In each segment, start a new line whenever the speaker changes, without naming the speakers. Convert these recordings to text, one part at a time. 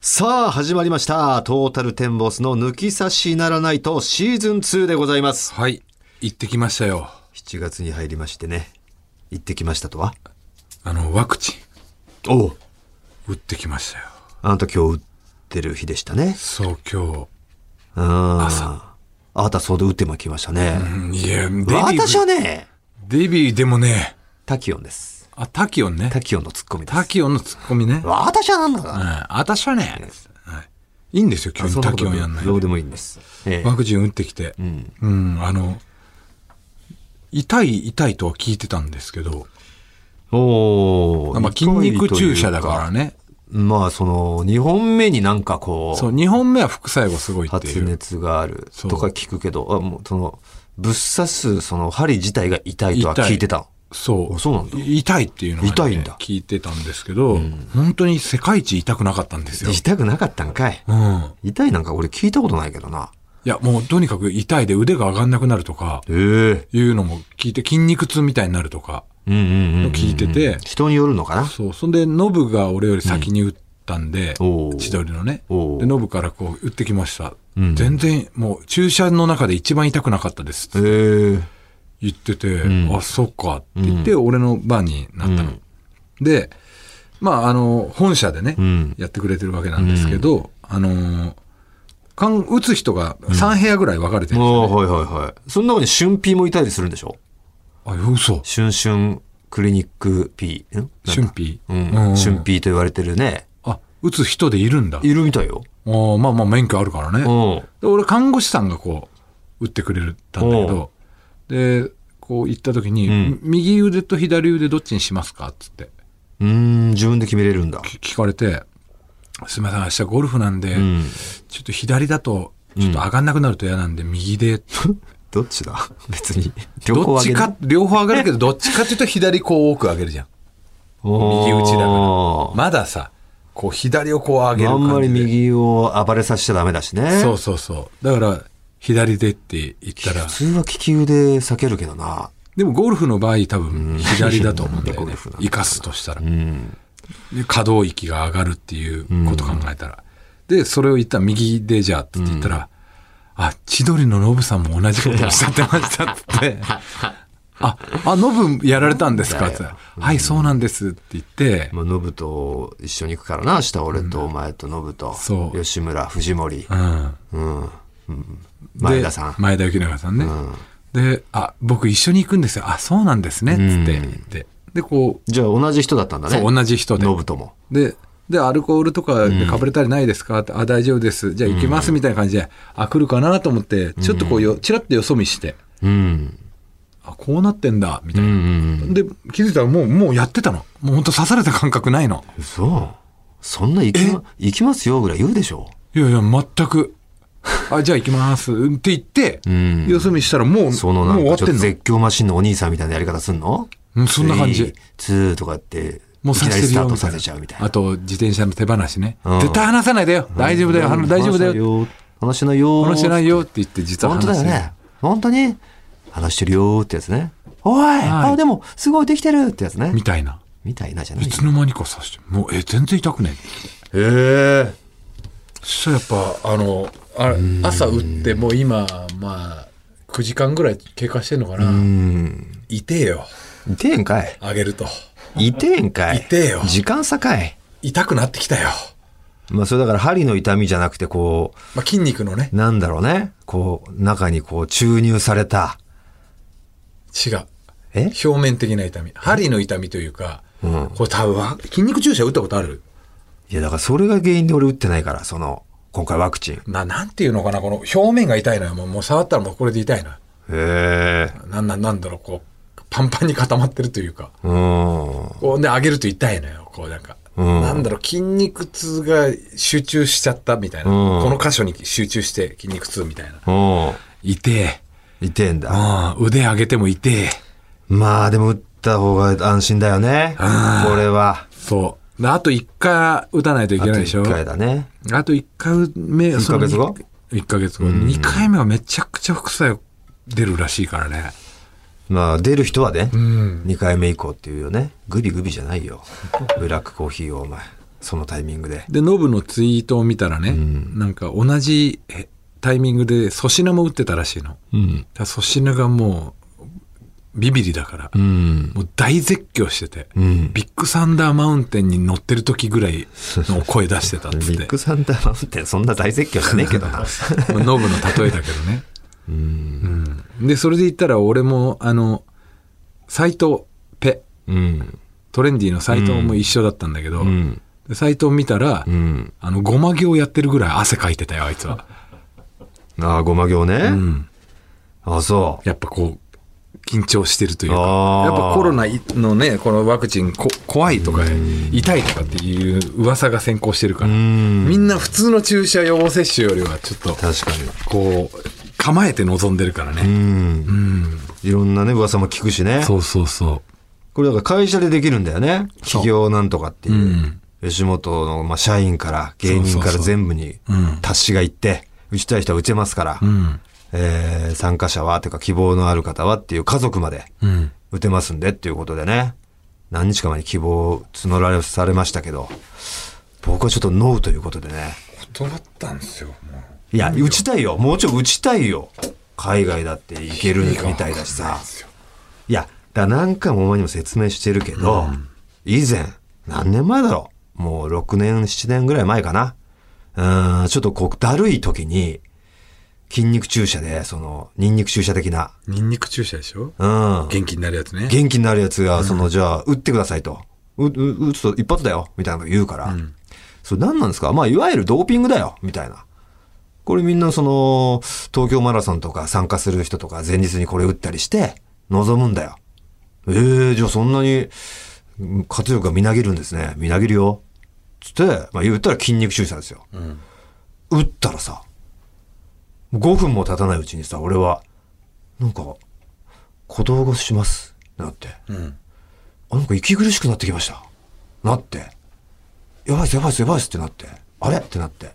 さあ、始まりました。トータルテンボスの抜き差しならないとシーズン2でございます。
はい、行ってきましたよ。
7月に入りましてね、行ってきましたとは
あの、ワクチ
おう。
ン、打ってきましたよ。
あなた今日打ってる日でしたね。
そう、今
うん。朝。あなたそうで打っても来ましたね。
日。いや、デビ
私
ー、
はね、
デビーでもね、
タキオンです。
あ、タキオンね。
タキオンのツッコミです。
タキオンのツッコミね。うん、
私はなんだか
私はね、はい、いいんですよ、急
な。そ
に
んな
タ
こ
キ
と
オンやんないで
どうでもいいんです。ええ
ワクチン打ってきて、
ん
うん、あの、痛い、痛いとは聞いてたんですけど、
おー
まあ、筋肉注射だから。ね。
まあ、その、2本目になんかこ
そう、2本目は副作用がすごいってい
発
う。
熱がある
そう
とか聞くけど、あもうその、ぶっ刺すその針自体が痛いとは
痛い
聞いてた。
そう。
あそうなんだ
痛いっていうのが、ね、
痛いんだ
聞いてたんですけど、本当に世界一痛くなかったんですよ。
痛くなかったんかい。
うん。い
痛いなんか俺聞いたことないけどな。
や、もうとにかく痛いで腕が上がんなくなるとか、
ええ。
いうのも聞いて、筋肉痛みたいになるとか、
うんうんうんうん。
聞いてて
人によるのかな
そう。そんで、ノブが俺より先に打ったんで、
うんおー
千鳥のね。
おー
で、ノブからこう、打ってきました。
うん
全然、もう、注射の中で一番痛くなかったです。
ええ。
言ってて、
ん
あ、そっかって言って、俺の番になったの。で、まあ、あの、本社でね、
うん
やってくれてるわけなんですけど、あの、かん打つ人が3部屋ぐらい分かれてるんです
も
よ、
う、はいはいはい。その中に春 P もいたりするんでしょ
あ、嘘。
春春クリニック P。ん
春。辟。
なん
う
だうんん。春 P と言われてるね。
あ、打つ人でいるんだ。
いるみたいよ。
あーまあまあ、免許あるからね。
うん。
で俺看護師さんがこう打ってくれたんだけどでこう行った時に、
ん
右腕と左腕どっちにしますか?」っつって
うーん、自分で決めれるんだ。
き聞かれて「すみません明日ゴルフなんで、
うん。
ちょっと左だとちょっと上がんなくなると嫌なんで右で」
どっちだ別に。両
ど
方
っ
あげ
ち
る
か両方上がるけどどっちかっていうと左こう多く上げるじゃん
右
右打ちだからまださこう左をこう上げる
あ
感じ
ん
で
まり右を暴れさせちゃダメだしね。
そうそうそうだから左でって言ったら
普通は利き腕避けるけどな。
でもゴルフの場合多分左だと思うんだ よ
なんでゴル
ね
フなんだ
生かすとしたら
うん。
で可動域が上がるっていうことを考えたら、でそれを言ったら右でじゃあって言ったら、あ千鳥のノブさんも同じことおっしゃってましたってああノブやられたんですかって言ったらはいそうなんですって言って、
まあ、ノブと一緒に行くからな、明日俺とお前とノブと、
そう
吉村、藤森、
うん、
うん。うん。前田さ
で
ん。
前田幸永さんね、であ僕一緒に行くんですよあそうなんですねっつって言って、でこう
じゃあ同じ人だったんだね。
そう同じ人で
ノブとも。
で、で、アルコールとかでかぶれたりないですか、って、あ、大丈夫です。じゃあ行きますみたいな感じで、あ、来るかなと思って、ちょっとこうよ、ちらっとよそ見して、
うん。
あ、こうなってんだ、みた
う
い
んう
な。
ん
で、気づいたらもう、もうやってたの。もう本当刺された感覚ないの。
うん。そう。そんな行きま、行きますよぐらい言うでしょ。
いやいや、全く。あ、じゃあ行きます。って言って、
ん
よそ見したらもう、
その
も
な
うん終わ
か
っ
ちょってと
んの。
絶叫マシンのお兄さんみたいなやり方すんの
うんそんな感じ
スリーツーとかって、
もう
いき
刺
なりス
して
タ
るよ
ート
みた
さ
いな
せちゃうみたいな。
あと、自転車の手放しね。
うん
絶対離さないでよ。大丈夫だよ。あの大丈夫だよ。
よ。話しないよ。
話してないよって言って、実は
本
話
当
して
だよね。本当に話してるよーってやつね。おい、
はい
あ、でも、すごいできてるってやつね。
みたいな。
みたいなじゃない
いつの間にか刺して、もう、え、全然痛くない。
えー、
そうやっぱあのあれ朝打ってもう今まあ9時間ぐらい経過してんのか
う。
なん痛えよ
いてえんかい。
上げると
いてえんかい。
痛えよ
時間差かい。
痛くなってきたよ、
まあ、それだから針の痛みじゃなくて、こう、
まあ、筋肉のね
なんだろうね。こう、中にこう、注入された。
血が
え
表面的な痛み針の痛みというか、
うん
これ多分わ筋肉注射打ったことある
いや、だからそれが原因で俺打ってないから、その、今回ワクチン。へ
ななんていうのかなこの表面が痛いのよもうもう触ったらもうこれで痛いのよ
え。
なんなんなんだろうこうパンパンに固まってるというか
うん。
こうね、上げると痛いのよ。こうなんか。
うん
なんだろう、筋肉痛が集中しちゃったみたいな。
うん
この箇所に集中して筋肉痛みたいな。
うん。
痛え。
痛えんだ。
うん、腕上げても痛え。
まあ、でも打った方が安心だよね。これは。
そう。であと1回打たないとい
あ
け
と
ないでしょ
1。回だね。
あと1回目、
一ヶ月後
?1 ヶ月後。2回目はめちゃくちゃ副作用出るらしいからね。
まあ、出る人はね、
ん
2回目以降っていうよね。グビグビじゃないよ。ブラックコーヒーをお前。そのタイミングで。
でノブのツイートを見たらね、
ん
なんか同じえタイミングで粗品も打ってたらしいのだか
うん。
ら粗品がもうビビリだから、
うん。
もう大絶叫してて、
うん。
ビッグサンダーマウンテンに乗ってる時ぐらいの声出してたっ
ビ
つっ
ッ
て
グサンダーマウンテン、そんな大絶叫しねえけど な。
まあノブの例えだけどね、
うん。
うん、でそれで言ったら俺もあの斎藤ペ
うん。
トレンディの斎藤も一緒だったんだけど、
うん。
で斎藤見たら、
うん。
あのごま行やってるぐらい汗かいてたよあいつは、
ああ、ごま行ね。
うん、
あそう。
やっぱこう緊張してるというか
あー
やっぱコロナのねこのワクチンこ怖いとか痛いとかっていう噂が先行してるか
う
ら、
ん。
みんな普通の注射予防接種よりはちょっと
確かに。
こう構えて臨んでるから
う
ね、
ん。
うん、
いろんなね、噂も聞くしね。
そうそうそ
これだから会社でできるんだよね。企業なんとかっていう。
うん
吉本の、まあ、社員から芸人か
そうそ
ら
うそう
全部に
うん
達しがいって、打ちたい人は打ちますから、
ううん
えー参加者は、というか希望のある方はっていう家族まで
うん
打てますんでっていうことでね。何日か前に希望を募られされましたけど、僕はちょっとノーということでね。
断ったんですよも
いや、打ちたいよ。もうちょい打ちたいよ。海外だって行けるみたいだしさ。いや、だから何回もお前にも説明してるけど、以前、何年前だろうもう6年、7年ぐらい前かな。うーん、ちょっとこう、だるい時に、筋肉注射で、その、ニンニク注射的な、
ニンニク注射でしょ
うん。
元気になるやつね
元気になるやつが、その、じゃあ、打ってくださいと。う、う、打つと一発だよ、みたいなの言うから。それ何なんですかまあ、いわゆるドーピングだよ、みたいな。これみんなその、東京マラソンとか参加する人とか前日にこれ打ったりして、望むんだよ。ええじゃあそんなに、うん活力がみなぎるんですね。みなぎるよ。つって、まあ言ったら筋肉注射ですよ。
ん
打ったらさ、5分も経たないうちにさ、俺は、なんか、鼓動がします。なって。
うん
あ、なんか息苦しくなってきました。なって。やばいっす、やばいっす、やばいっすってなって。あれってなって。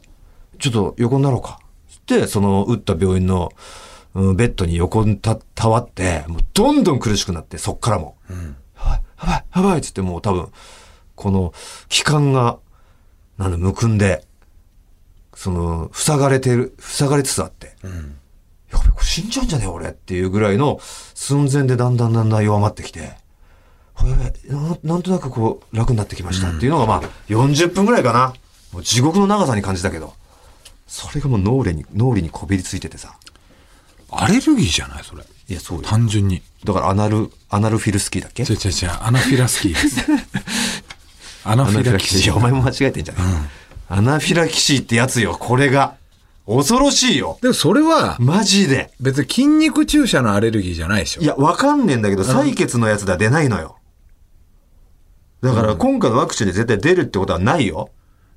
ちょっと横になろうか。つって、その打った病院の、うん、ベッドに横にた、たわって、もうどんどん苦しくなって、そっからも。やばい、やばい、やばいっつってもう多分、この、気管が、なんだ、むくんで、その、塞がれてる、塞がれつつあって。
うん
やべ、これ死んじゃうんじゃねえ俺っていうぐらいの寸前でだんだんだんだん弱まってきて、あやべ、ななんとなくこう楽になってきましたっていうのがまあ40分ぐらいかな。もう地獄の長さに感じたけど、それがもう脳裏に、脳裏にこびりついててさ。
アレルギーじゃないそれ
いや、そうよ。
単純に
だからアナル、アナルフィルスキーだっけ
違う違う違うアナフィラスキーです アナ
ア
フ
ナフ
ィ
ィ
ラ
ラ
キ
キシ
シ
ー。お
ー
前も間違えてんじゃねえ、アナフィラキシーってやつよ、これが。恐ろしいよ。
でもそれは
マジで。
別に筋肉注射のアレルギーじゃないでしょ
いや、わかんねえんだけど、採血のやつでは出ないのよ。だから、今回のワクチンで絶対出るってことはないよ。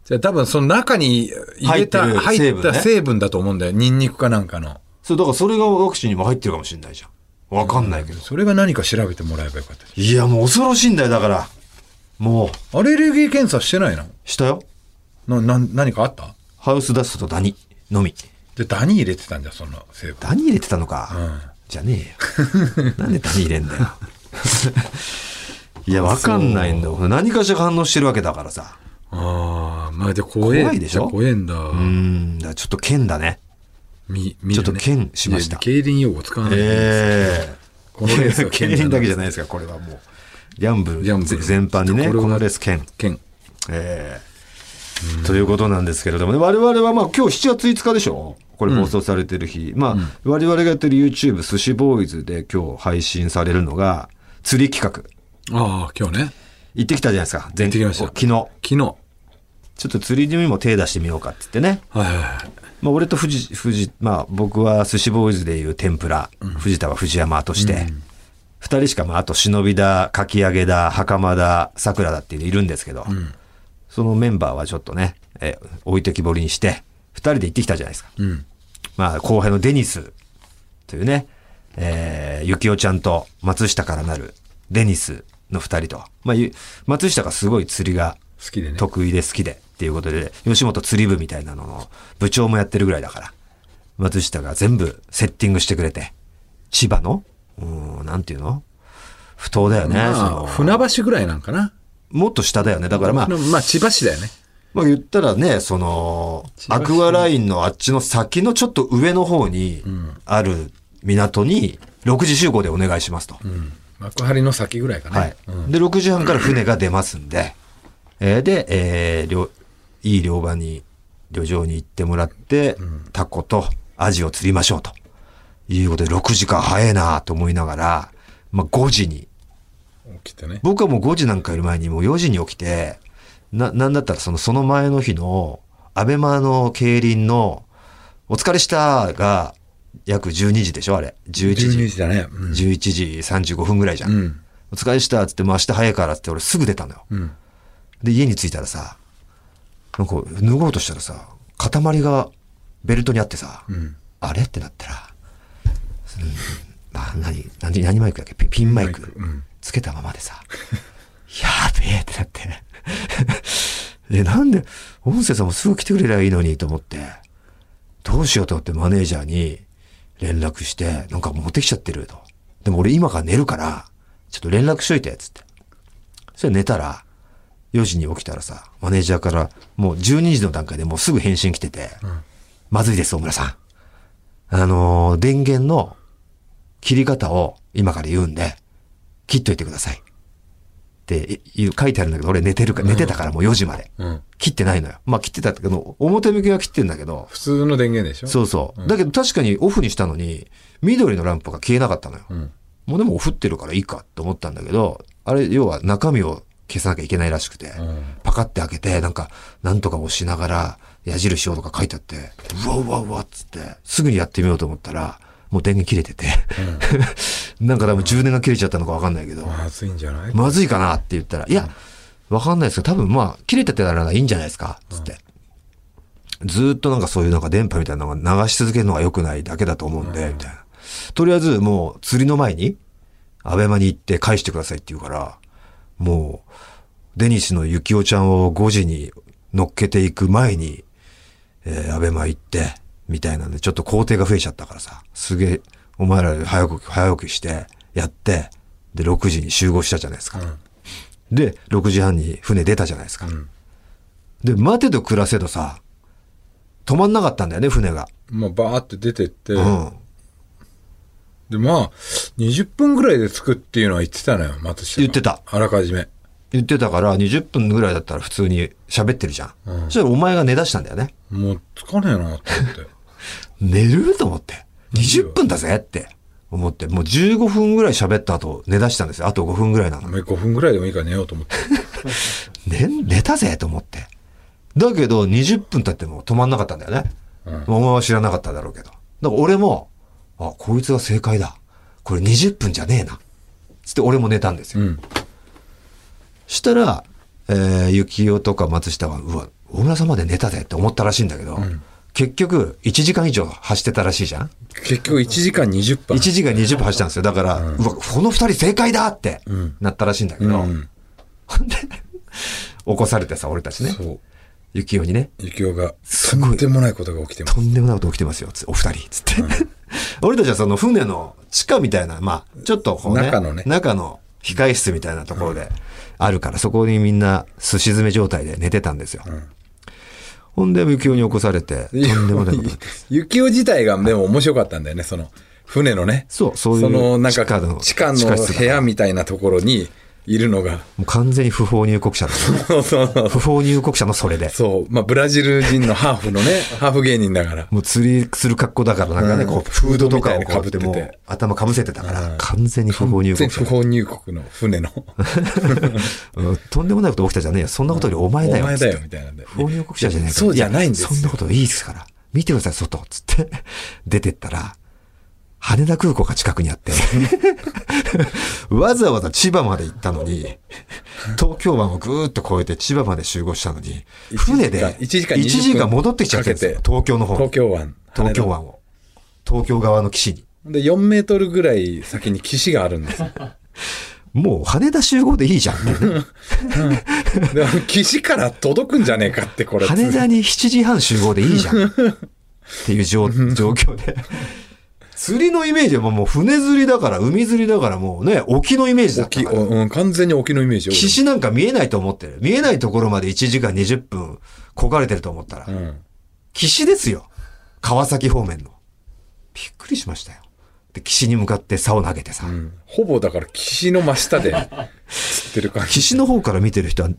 じゃあ多分その中に入れた入
入ってる成分ね
った成分だと思うんだよニンニクかなんかの
そう、だからそれがワクチンにも入ってるかもしれないじゃん。わかんないけど。
それが何か調べてもらえばよかった
いや、もう恐ろしいんだよ、だから。もう、
アレルギー検査してないの
したよ。
なな何かあった
ハウスダストとダニのみ。
でダニ入れてたんじゃんその成分
ダニ入れてたのか。
ん
じゃねえ よ。なんでダニ入れんだよ。いや、わかんないんだよ。何かしら反応してるわけだからさ。
ああまあじゃあ怖え
怖いでしょ
じゃあ怖えんだ、
うーん、だからちょっと剣だね。
み
ちょっと剣しました
競輪用語使わないで
ええ
このレー スは
競
剣だな
輪だけじゃないですか、これはもう。ギャンブル
ギャンブル
全般にね、
こ
こ
れは
のレース兼。
剣
ええということなんですけれどもね、我々はまあ今日7月5日でしょこれ放送されてる日。まあ、我々がやってる YouTube 寿司ボーイズで今日配信されるのが、釣り企画。
ああ今日ね
行ってきたじゃないですか、前
行ってきました
昨日。ちょ
昨日
っと釣りにも手出してみようかって言ってね。
はいはいはい
まあ、俺と藤藤、まあ、僕は寿司ボーイズでいう天ぷら、藤田は藤山として、二人しか、まあ、あと忍びだ、かき揚げだ、袴だ、桜だっていうのいるんですけど、そのメンバーはちょっとね、え置いてきぼりにして、二人で行ってきたじゃないですか。
うん
まあ、後輩のデニスというね、えー、ゆきおちゃんと松下からなるデニスの二人と、まあ、ゆ松下がすごい釣りが
好きでね
得意で好きでっていうことで、吉本釣り部みたいなのの部長もやってるぐらいだから、松下が全部セッティングしてくれて、千葉の、うーん、なんていうの不当だよね。
ま
そ
あ
の
船橋ぐらいなんかな
もっと下だよね。だからまあ、
まあ千葉市だよね
まあ言ったらね、その、
千葉
ア
市
クアラインのあっちの先のちょっと上の方にある港に、6時集合でお願いしますと。
うん。幕張の先ぐらいかね。
はい
うん。
で、6時半から船が出ますんで、えーで、えー漁いい漁場に、漁場に行ってもらって、タコとアジを釣りましょうと。いうことで、6時間早いなと思いながら、まあ5時に、
起きてね。
僕はもう5時なんかより前にもう4時に起きて、な、なんだったらその、その前の日の、アベマの競輪の、お疲れしたが、約12時でしょあれ。11
12
時。
時だね。う
11
ん。
時35分ぐらいじゃん。
うん
お疲れしたっつって、もう明日早いからっつって俺すぐ出たのよ。
うん。
で、家に着いたらさ、なんか脱ごうとしたらさ、塊がベルトにあってさ、
ん
あれってなったら、うんな何、何、何マイクだっけピピンマイク
ピンマイクうん
つけたままでさ、 やべえってなって。 で、なんで、音声さんもすぐ来てくれりゃいいのにと思って、どうしようと思ってマネージャーに連絡して、なんか持ってきちゃってると。でも俺今から寝るから、ちょっと連絡しといて、つって。それ寝たら、4時に起きたらさ、マネージャーから、もう12時の段階でもうすぐ返信来てて、まずいです、大村さん。あのー電源の切り方を今から言うんで、切っといてください。っていう書いてあるんだけど、俺寝てるか、寝てたからもう4時まで。
うん。
切ってないのよ。まあ切ってたけど、表向きは切ってんだけど、
普通の電源でしょ
そうそう。だけど確かにオフにしたのに、緑のランプが消えなかったのよ。
うん。
もうでも降ってるからいいかと思ったんだけど、あれ、要は中身を消さなきゃいけないらしくて、
ん
パカって開けて、なんか、なんとか押しながら、矢印をとか書いてあって、うわうわうわっつって、すぐにやってみようと思ったら、もう電源切れてて、 なんか多分充電が切れちゃったのかわかんないけど、
まずいんじゃない
まずいかなって言ったら、いや、わかんないですけど、多分まあ、切れてたらいいんじゃないですか、つって。ずーっとなんかそういうなんか電波みたいなのが流し続けるのが良くないだけだと思うんで、みたいな。とりあえずもう釣りの前に、アベマに行って返してくださいって言うから、もう、デニスのゆきおちゃんを5時に乗っけていく前に、えー、アベマ行って、みたいなんで、ちょっと工程が増えちゃったからさ、すげえ、お前ら早く、早起きして、やって、で、6時に集合したじゃないですか。で、6時半に船出たじゃないですか。で、待てど暮らせどさ、止まんなかったんだよね、船が。
まあ、バーって出てって、
うん。
で、まあ、20分ぐらいで着くっていうのは言ってたのよ、松下が。
言ってた
あらかじめ。
言ってたから、20分ぐらいだったら普通に喋ってるじゃん。そしたらお前が寝だしたんだよね。
もう、着かねえなって思って。
寝ると思って。20分だぜって思って、もう15分ぐらい喋った後、寝だしたんですよ。あと5分ぐらいなの
お。前5分ぐらいでもいいから寝ようと思って。
寝、寝たぜと思って。だけど、20分経っても止まんなかったんだよね。
う
お前は知らなかっただろうけど。だから俺も、あ、こいつが正解だ。これ20分じゃねえな。つって俺も寝たんですよ。
うん。
したら、えー、幸男とか松下は、うわ、大村さんまで寝たぜって思ったらしいんだけど、結局、1時間以上走ってたらしいじゃん
結局1時間20分。
1時間20分走ったんですよ。だから、うわ、この2人正解だって
ん
なったらしいんだけ
う
ど、
ん。
ほんで、起こされてさ、俺たちね、
そう。
幸男にね、
ゆきおが、
す
と
ごい
んでもないことが起きてます。
とんでもないこと起きてますよ、つお二人、つって。 俺たちはその船の地下みたいな、まあ、ちょっとこうね、
中のね
中の控室みたいなところであるから、そこにみんなすし詰め状態で寝てたんですよ。ほんで、無給に起こされて、とんでもないことになって。
ゆきお自体がでも面白かったんだよね、その、船のね。
そうそういう
その、なん
地下の
か、地下
地
の
下室だ
部屋みたいなところにいるのが、
もう完全に不法入国者だったね
そうそう そう
不法入国者のそれで。
そう、まあ、ブラジル人のハーフのね、ハーフ芸人だから。
もう釣りする格好だから、なんかね、
うん
こう、フードとかをかぶって、
フード
も
みたいなの被ってて
う頭かぶせてたから、完全に不法入
全
国
不
者。
法入国の船の。
うんとんでもないこと起きたじゃねえよ。そんなことよりお前だ
お
よ。
前
つって
だよ、みたいなんで。
不法入国者じゃないから
そうじゃないんですよ
やそんなこといいですから。見てください、外。つって、 出てったら、羽田空港が近くにあって、 わざわざ千葉まで行ったのに、東京湾をぐーっと越えて千葉まで集合したのに、船で
1時間
1時間戻ってきちゃってるんですよ
かけて
東京の方に
東京湾。
東京湾を。東京側の岸に。
羽田。で、4メートルぐらい先に岸があるんですよ。
もう羽田集合でいいじゃんっていうね。
で 岸から届くんじゃねえかって、これ。
羽田に7時半集合でいいじゃん。っていう 状状況で。釣りのイメージはもう船釣りだから、海釣りだからもうね、沖のイメージだった
沖、
から。
うん、完全に沖のイメージよ。
岸なんか見えないと思ってる。見えないところまで1時間20分焦がれてると思ったら、
うん。
岸ですよ。川崎方面の。びっくりしましたよ。で、岸に向かって竿を投げてさ、
うんほぼだから岸の真下で釣ってる感じ。
岸の方から見てる人は、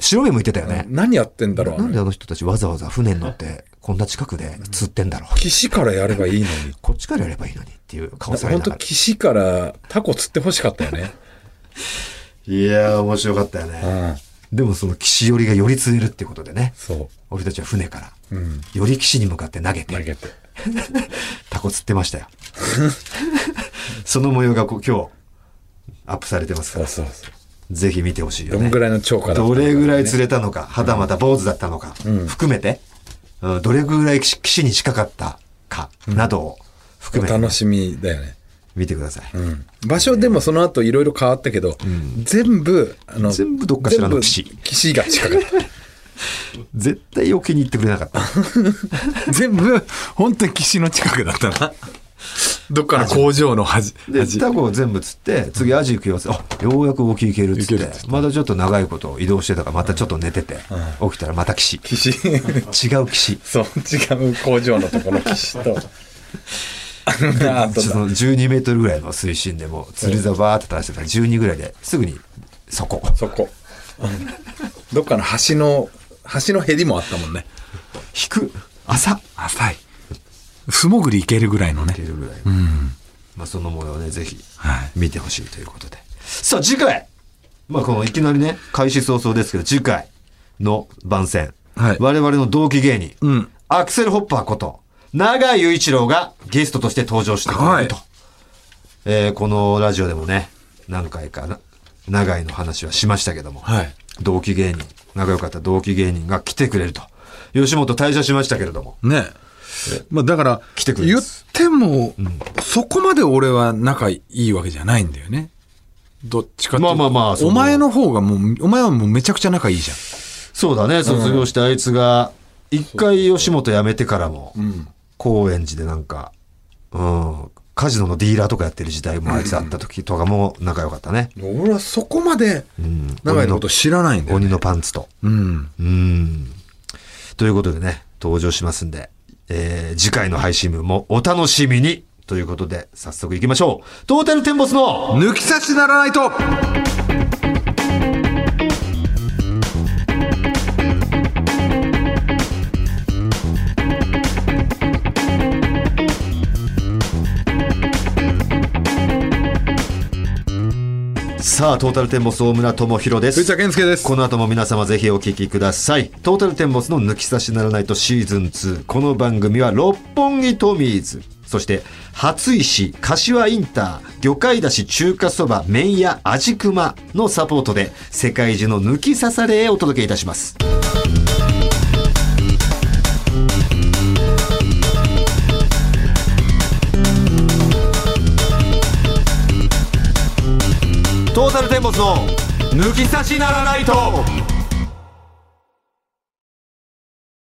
白目向いてたよね。
何やってんだろうあ
なん
の
であの人たちわざわざ船に乗って、こんな近くで釣ってんだろう。
岸からやればいいのに。
こっちからやればいいのにっていう顔され
本
な
当
がら。
岸からタコ釣ってほしかったよね。
いやー、面白かったよ
う
ね。
ん。
でもその岸寄りが寄り釣れるってことでね、
そ
俺たちは船から、
う。うん。
寄り岸に向かって投げ
投
て、
げて。
タコ釣ってましたよ。 その模様がこう今日、アップされてますか
そう
ら、
そうそう。
ぜひ見てほしいよ
ど
ね
ん。ぐらいの超過だったの
ど
かね
れぐらい釣れたのか、はたまた坊主だったのか、
うん
含めて、うんどれぐらい岸岸に近かったか、などを含
お
めてね、
楽しみだよね。
見てください。
うん。場所でもその後いろいろ変わったけど、全部、あの、
全部どっかしらの岸
全部岸が近かっ
絶対余計に行ってくれなか った。
た。 全部、本当に岸の近くだったな。 どっかの工場の端、
で、
端。
タコを全部釣って、次アジ行くよっつって、あ、ようやく沖行けるっつっ
行け
て
るっつっ、
まだちょっと長いこと移動してたから、またちょっと寝てて、起きたらまた 岸。
岸。
違う岸。
そう、違う工場のところの岸 と。あと
その12メートルぐらいの水深でもう釣りざばーって垂らしてたら12ぐらいですぐにそこ
そこ。どっかの橋の、橋のへりもあったもんね。
引く浅っ
浅い。素潜り行けるぐらいのね
って。いうぐらい、
うん。
まあ、その模様をねぜひ
はい。
見てほしいということでさあ次回まあこのいきなりね開始早々ですけど次回の番宣、
はい
我々の同期芸人、
うん
アクセルホッパーこと永井雄一郎がゲストとして登場してくれると、
は
えーこのラジオでもね何回かな永井の話はしましたけども、
はい。
同期芸人、仲良かった同期芸人が来てくれると。吉本退社しましたけれども。
ねまあだから、
来てくれ
言
ま
っ
す
ても、そこまで俺は仲いいわけじゃないんだよね。どっちかっていうと。
まあまあまあその
お前の方がもう、お前はもうめちゃくちゃ仲いいじゃん。
そうだね、卒業してあいつが、一回吉本辞めてからも、高円寺でなんか、うん、カジノのディーラーとかやってる時代もあいつあった時とかも仲良かったね。
俺はそこまで、
ん
長井のこと知らないんだよ、ね。
鬼のパンツと。
うん。
うん。ということでね、登場しますんで、えー次回の配信分もお楽しみにということで、早速行きましょう。トータルテンボスの
抜き差しならないと
さあ、トータルテンボス大村智弘です。
藤田健介です
この後も皆様ぜひお聞きください。トータルテンボスの抜き差しならないとシーズン2。この番組は六本木トミーズ。そして、初石、柏インター、魚介だし中華そば、麺屋、味熊のサポートで、世界中の抜き差されへお届けいたします。トータルテンボスの抜き差しならないと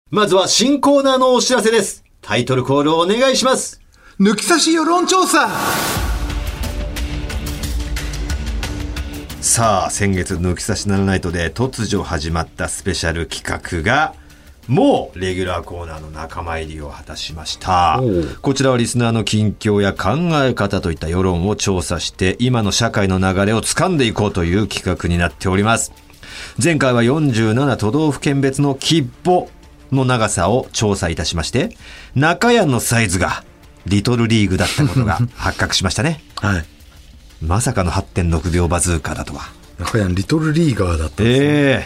まずは新コーナーのお知らせです。タイトルコールをお願いします。
抜き差し世論調査
さあ、先月抜き差しならないとで突如始まったスペシャル企画が、もうレギュラーコーナーの仲間入りを果たしました
おう。
こちらはリスナーの近況や考え方といった世論を調査して、今の社会の流れを掴んでいこうという企画になっております。前回は47都道府県別の切符の長さを調査いたしまして、中屋のサイズがリトルリーグだったことが発覚しましたね。
はい。
まさかの8.6秒バズーカだとは。
中谷リトルリーガーだった。
ええ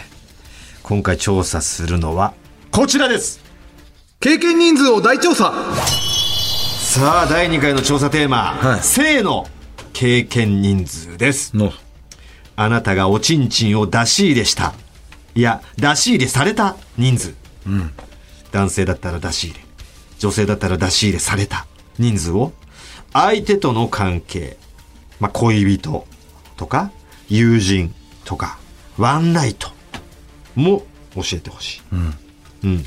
今回調査するのは、こちらです
経験人数を大調査
さあ、第2回の調査テーマ、
はい
性の経験人数です。
の。
あなたがおちんちんを出し入れした。いや、出し入れされた人数。男性だったら出し入れ。女性だったら出し入れされた人数を、相手との関係。まあ、恋人とか、友人とか、ワンナイトも教えてほしい。うん。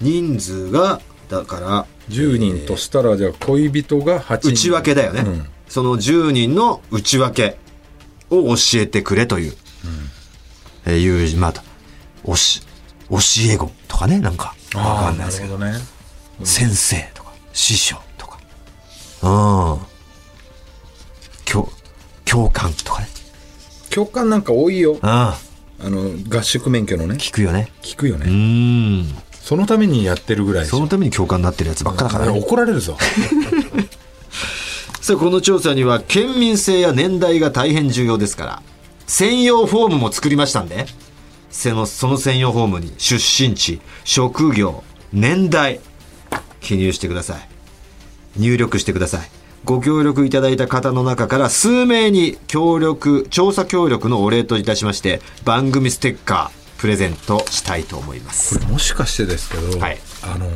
人数が、だから、
10人としたら、じゃあ恋人が8人。
内訳だよね、
うん
その10人の内訳を教えてくれという、えーいうまあとおし教え子とかね、なんか、わかんないですけど、
どね。
先生とか、師匠とか、うん。教、教官とかね、
教官なんか多いよ。
あ
あの、合宿免許のね
ん、、聞くよね。
聞くよ
う
ね。
ん。
そのためにやってるぐらいでしょ
そのために教官になってるやつばっかだからね。
怒られ るぞ。
さあこの調査には県民性や年代が大変重要ですから専用フォームも作りましたんでそのその専用フォームに出身地職業年代記入してください入力してくださいご協力いただいた方の中から数名に協力調査協力のお礼といたしまして番組ステッカープレゼントしたいと思いま
こ
す
れもしかしてですけど、
はい
あのー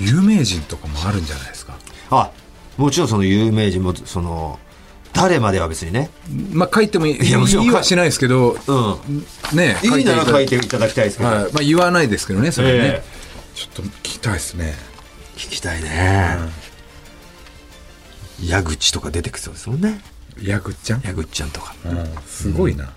有名人とかもあるんじゃないですか。
あもちろんその有名人もその誰までは別にね
まあ書いてもいい
いやもちろん
言いはしないですけど、
うん
ね
いいなら書い
て
ていただきたいですけど、
はい、まあ言わないですけどね、それはね。
え
ちょっと聞きたいですね。
聞きたいね、矢口とか出てくそうですもんね
ヤグちゃん、
矢口ちゃんとか
うん、すごいな。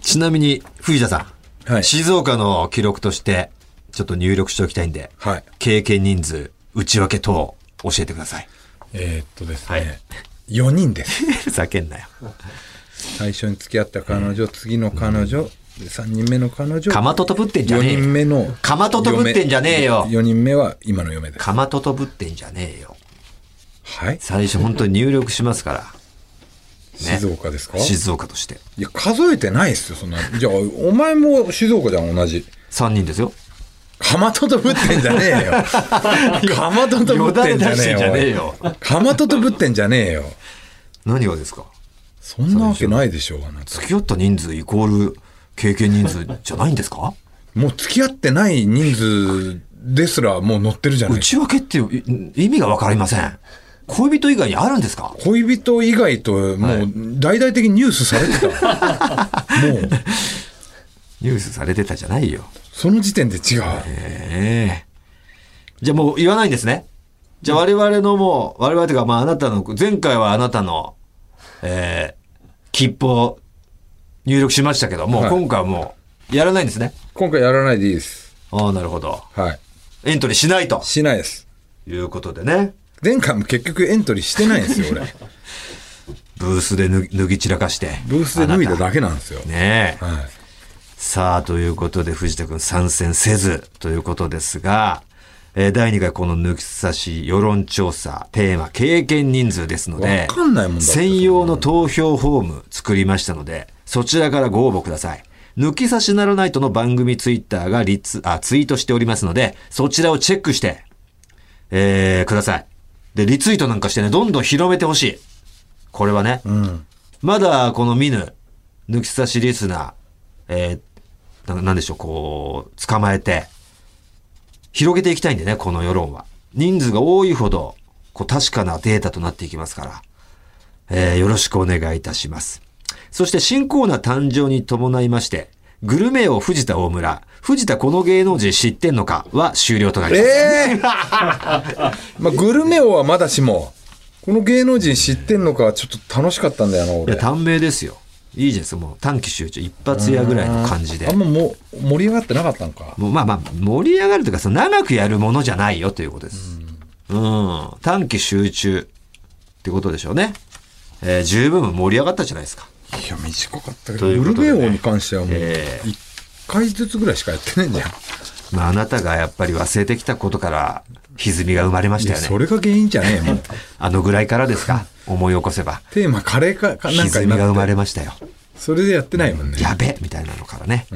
ちなみに藤田さん、
はい
静岡の記録としてちょっと入力しておきたいんで、
はい。
経験人数内訳等教えてください
えーっとです
はい
ね、四4人です。
叫んなよ
最初に付き合った彼女、次の彼女、で3人目の彼女、
かまととぶってんじゃ
4
ねえ
人
よ
目の。
かまととぶってんじゃねえよ
4人目は今の嫁です。
かまととぶってんじゃねえよ
はい。
最初本当に入力しますか
静岡ですから
静岡として
いや、数えてないっすよ、そんな。じゃあ、お前も静岡じゃん、同じ。
3人ですよ
かまととぶってんじゃね えよ。かまととぶってんじゃ
よだれ出
ねえよ。
してんじゃねえよ
おいかまととぶってんじゃねえよ。
何がですか
そんなわけないでしょうがなた。
付き合った人数イコール経験人数じゃないんですか
もう付き合ってない人数ですらもう乗ってるじゃない
内訳っていうい意味がわかりません。恋人以外にあるんですか
恋人以外ともう大々的にニュースされてた。もう、
ニュースされてたじゃないよ。
その時点で違う。
ええじゃあもう言わないんですね。じゃあ我々のもう、我々というかまああなたの、前回はあなたの、えー、切符を入力しましたけど、もう
はい
今回はもうやらないんですね。
今回やらないでいいです。
ああ、なるほど。
はい。
エントリーしないと
しないです。
いうことでね。
前回も結局エントリーしてないんですよ、 俺。
ブースで脱ぎ脱ぎ散らかして。
ブースで脱いだだけなんですよ。
ねえ。
はい。
さあ、ということで、藤田くん参戦せずということですが、えー第2回この抜き差し世論調査、テーマ、経験人数ですので、
わかんないもんだって
専用の投票フォーム作りましたので、そちらからご応募ください。抜き差しならないとの番組ツイッターがリツあツイートしておりますので、そちらをチェックして、えーください。で、リツイートなんかしてね、どんどん広めてほしい。これはね、
うん。
まだこの見ぬ、抜き差しリスナー、えーな、なんでしょう、こう、捕まえて、広げていきたいんでね、この世論は。人数が多いほど、こう、確かなデータとなっていきますから、えーよろしくお願いいたします。そして新コーナー誕生に伴いまして、グルメ王藤田大村、藤田この芸能人知ってんのかは終了となります。
ええ まあ、グルメ王はまだしも、この芸能人知ってんのかはちょっと楽しかったんだよな、
いや、
俺。
短命ですよ。いいじゃないですか、もう短期集中、一発屋ぐらいの感じで
あん。まもう盛り上がってなかったのか。
もうまあまあ、盛り上がるというか、その長くやるものじゃないよということです。うん。短期集中ってことでしょうね。えー十分盛り上がったじゃないですか。
いや、短かったけ
と
ど、
いう
グ
こ
ル
とでね
メ王に関してはもう、
ええ
一回ずつぐらいしかやってねえんじゃん。
まあ、あなたがやっぱり忘れてきたことから、歪みが生まれまし
い
た
や、
よ
そ
ね。
れが原因じゃねえ もん。
あのぐらいからですか。思い起こせば。
テーマ、カレーか、かなんか
歪みが生ま
今、
れましたよ。
それでやってないもんね。
やべみたいなのからね。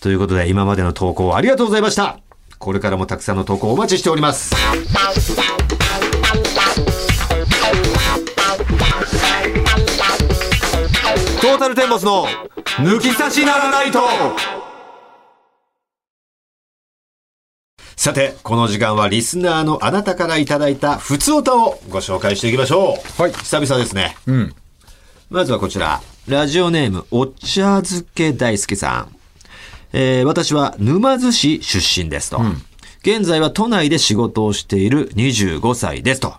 ということで、今までの投稿ありがとうございました。これからもたくさんの投稿お待ちしております。トータルテンボスの抜き差しならないとさて、この時間はリスナーのあなたからいただいた普通歌をご紹介していきましょう。
はい
久々ですね。
うん。
まずはこちら。ラジオネーム、お茶漬け大好きさん。えー私は沼津市出身ですと。現在は都内で仕事をしている25歳ですと。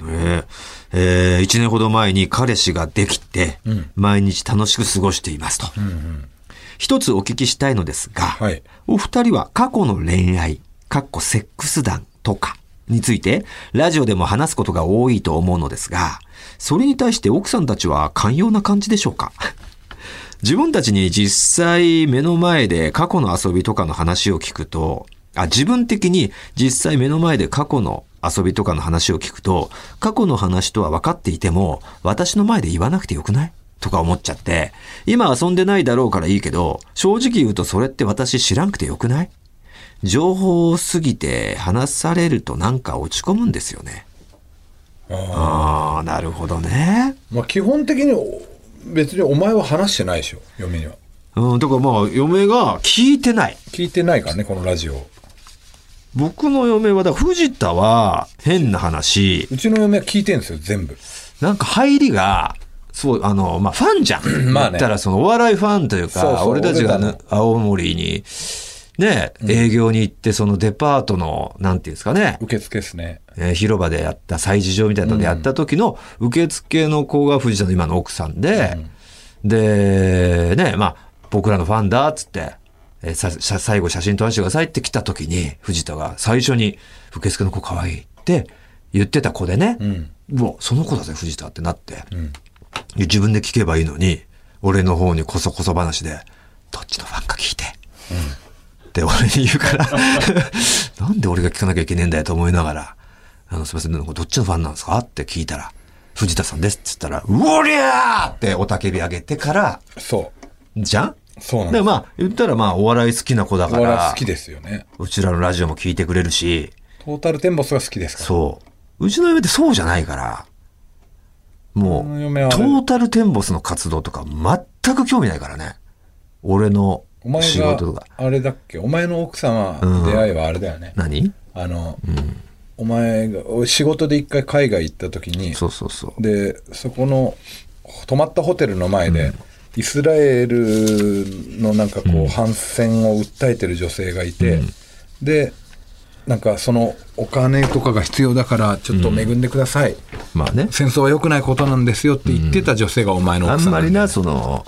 えーえ1年ほど前に彼氏ができて、毎日楽しく過ごしていますと。一つお聞きしたいのですが、
はい
お二人は過去の恋愛、かっこセックス談とかについて、ラジオでも話すことが多いと思うのですが、それに対して奥さんたちは寛容な感じでしょうか自分たちに実際目の前で過去の遊びとかの話を聞くと、あ、自分的に実際目の前で過去の遊びとかの話を聞くと、過去の話とは分かっていても、私の前で言わなくてよくないとか思っちゃって、今遊んでないだろうからいいけど、正直言うとそれって私知らんくてよくない情報を過ぎて話されるとなんか落ち込むんですよね。ああ、なるほどね。
まあ、基本的にお別にお前は話してないでしょ嫁には
うん、だからまあ、嫁が聞いてない。
聞いてないからねこのラジオ
僕の嫁は、だから藤田は変な話、
うちの嫁は聞いてるんですよ全部
なんか入りが、そう、あの、まあ、ファンじゃん。
まあね
言ったらそのお笑いファンというか、
そうそう
俺たちがね、
俺ら
青森に、ね、営業に行って、そのデパートの、なんていうんですかね、
受付ですね
えー広場でやった、催事場みたいなとこでやった時の、受付の子が藤田の今の奥さんで、で、ね、まあ、僕らのファンだ、っつって、えーささ最後写真撮らせてくださいって来た時に、藤田が最初に、受付の子可愛いって言ってた子でね、
ん
うわ、その子だぜ、藤田ってなって、で自分で聞けばいいのに、俺の方にこそこそ話で、どっちのファンか聞いて。って俺に言うから、 なんで俺が聞かなきゃいけねえんだよと思いながら、あの、すみません、どっちのファンなんですかって聞いたら、藤田さんですって言ったら、ウォリアーっておたけび上げてから、
そ
じゃん
うそうなんで
ですまあ、言ったらまあ、お笑い好きな子だ
お
か
笑い
ら
好、きですよね
うちらのラジオも聞いてくれるし、
トータルテンボスが好きですから
そう。うちの嫁ってそうじゃないから、もう
うちの嫁は、ね
トータルテンボスの活動とか全く興味ないからね。俺の
お前
仕事と
が
か。
あれだっけお前の奥様
うん
出会いはあれだよね、
何
あの、お前がお仕事で一回海外行った時に
そうそうそう。
でそこの泊まったホテルの前で、イスラエルのなんかこう、反戦を訴えてる女性がいて、でなんかそのお金とかが必要だからちょっと恵んでください、
まあね。
戦争は良くないことなんですよって言ってた女性がお前の
あ
奥
ん
さんな
ま
んだよ
りな、その、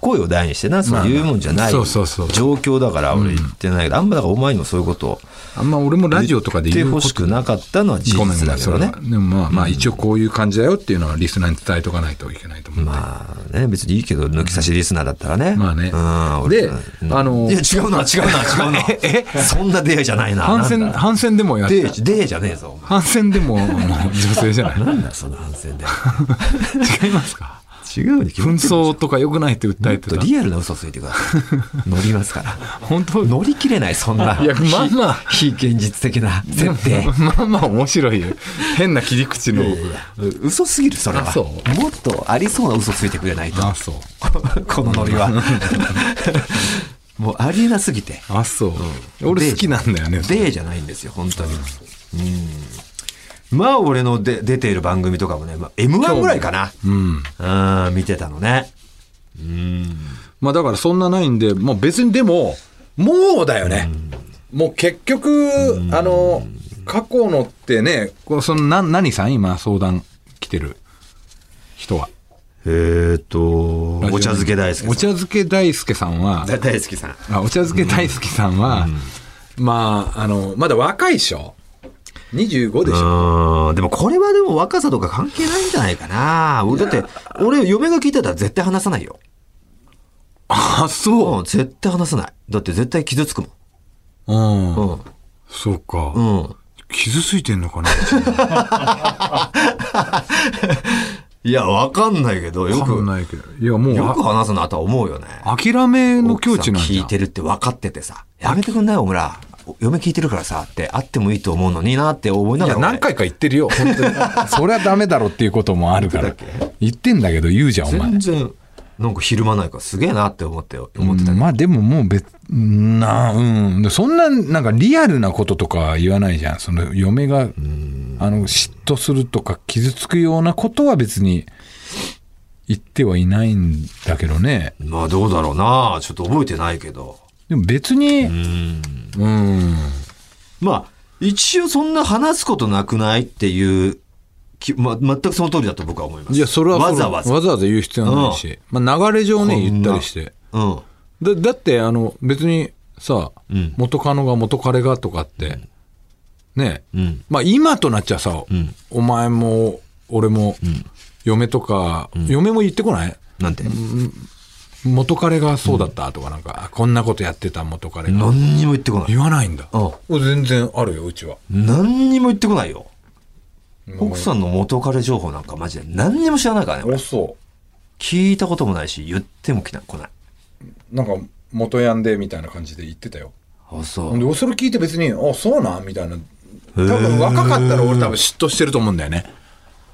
声を大にしてな、そ
ま
の
あ
言うもんじゃない
そ
状
うそうそう
況だから俺言ってないけど、あんまだからお前にもそういうことを
あんま俺もラジオとかで
言
言
って
うこ
ほ
と
しくなかったのは事
ごめん
実
な
だ
さい
けどね
それは。。でもまあまあ一応こういう感じだよっていうのはリスナーに伝えとかないといけないと思う。
まあね、別にいいけど、抜き差しリスナーだったらね。
まあね
うん。俺
で、あの
い、や、違うな、違うな、 違うな。えそんな出会いじゃないな。
反
なん
戦、
だ
反戦でもやっ
出
て
会い、出会いじゃねえぞ、お前
反戦でもあの女性じゃない。
なんだ、その反戦で。
違いますか
違うに決
紛
まってる
争とか良くないって訴えて
ちょ
た
っと。リアルな嘘ついてくださ い。乗りますから。
本当
乗り切れない、そんな。
いやまあまあ
非非現実的な設定。
まあまあ面白いよ。変な切り口の。
嘘すぎる、それは。
あそう
もっとありそうな嘘ついてくれないと。
あ、そう。
このノリは。もうありえなすぎて。
あ、そう。俺好きなんだよね。
でじゃないんですよ、本当に。うん。まあ、俺ので出ている番組とかもね、まあ、M1 ぐらいかな。
うん。
うん、見てたのね。
まあだからそんなないんで、もう別にでも、もうだよね。もう結局、あの、過去のってね、こうそのな何さん今相談来てる人は。
えっと、お茶漬け大好
お
きさ
茶漬け大輔さんは、
ん。大好きさん。
あお茶漬け大輔さんは、まあ、あの、まだ若いでしょ ?25 でしょ
うん、でもこれはでも若さとか関係ないんじゃないかな。だって、俺、嫁が聞いてたら絶対話さないよ。
あ、そう
うん、絶対話さない。だって絶対傷つくも
うん。
ん。
そうか。
うん。うん。
傷ついてんのかな
いや、わかんないけど、よ
わかん
く、
ないけど。いや、もう
よく話すなとは思うよね。
あ、諦めの境地なん
聞
じ
い
ゃん。
てるって分かっててさ、やめてくんない小村。お嫁聞いてるからさって、あってもいいと思うのになって思いないが
や、
ら。
何回か言ってるよ、本当に。 それはダメだろっていうこともあるから。言ってんだけど、言うじゃん、お
俺
前。
全然、なんかひるまないからすげえなって思って、思ってたけど。
まあでももう別、なあ、うん。でそんな、なんかリアルなこととか言わないじゃん。その嫁が、あの、嫉妬するとか傷つくようなことは別に言ってはいないんだけどね。
まあどうだろうな。ちょっと覚えてないけど。
でも別に、
うん。
うん。
まあ、一応そんな話すことなくないっていう、きま、全くその通りだと僕は思います。
いや、それは
わざわざ。
わざわざ言う必要はないし。まあ流れ上ね、言ったりして。
うん。
だだってあの別にさ、
うん
元カノが元彼がとかって、ね、
うん
まあ今となっちゃさ、
ん
お前も俺も、嫁とか、嫁も言ってこない
なんて。
元彼がそうだったとかなんか、あこんなことやってた元彼が、
何にも言ってこない。
言わないんだ
うん
全然あるようちは
何にも言ってこないよ。奥さんの元彼情報なんかマジで何にも知らないからね。俺
そ
聞いたこともないし、言っても来な来ない。
うなんか元ヤンでみたいな感じで言ってたよ
あ、そう。
でそれ聞いて別に「あそうなん?」みたいな多
へー
分若かったら俺多分嫉妬してると思うんだよね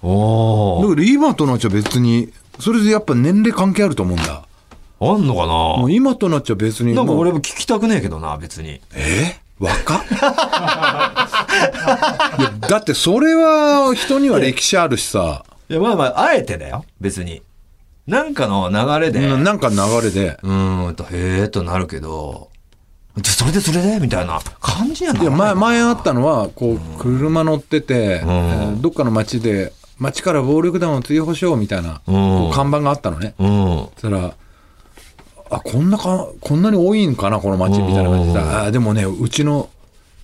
お
だ
ー
から今となっちゃ別にそれでやっぱ年齢関係あると思うんだ
あんのか
も
な
う今となっちゃ別に
なんか
もう
俺も聞きたくねえけどな、別に。
え若いやだってそれは人には歴史あるしさ
いや、まあまあ、あえてだよ、別に。なんかの流れで、
な
う
なんか流れで
ーんと、へえとなるけど、でそれでそれでみたいな感じやない
や前前あったのはこう車乗ってて、えーどっかの町で町から暴力団を追放しようみたいな、こう看板があったのね、
うん。
そしたらあこんなかこんなに多いんかなこの町みたいな感じで、
うん
あでもねうちの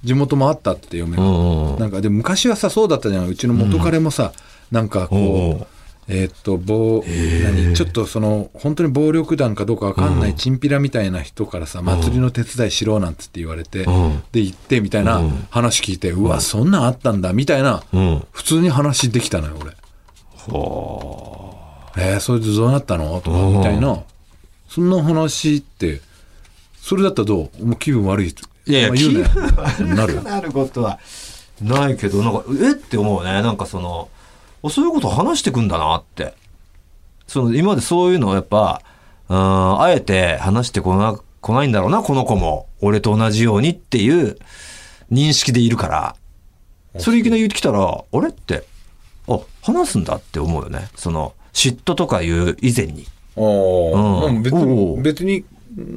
地元もあったって嫁が、
うん。
なんかで昔はさそうだったじゃんうちの元彼もさ、なんかこう、
うん
えーっと暴何ちょっとその本当に暴力団かどうかわかんないチンピラみたいな人からさ、祭りの手伝いしろなんつって言われて、
ん
で行ってみたいな話聞いて、うわそんなんあったんだみたいな、
うん。
普通に話できたのよ俺えー、それでどうなったのとか
うん
みたいなそんな話ってそれだったらどうもう気分悪い
いやいや
まあ言うね
気
なる
なることはないけど、なんか、えって思うね。なんかその、あそういうこと話してくんだなって。その、今までそういうのをやっぱ、うーん、あえて話してこな、来ないんだろうな、この子も。俺と同じようにっていう認識でいるから、それいきなり言ってきたら、あれって、あ、話すんだって思うよね。その、嫉妬とかいう以前に。
ああ、
うん
うん、別
お
に
う
別に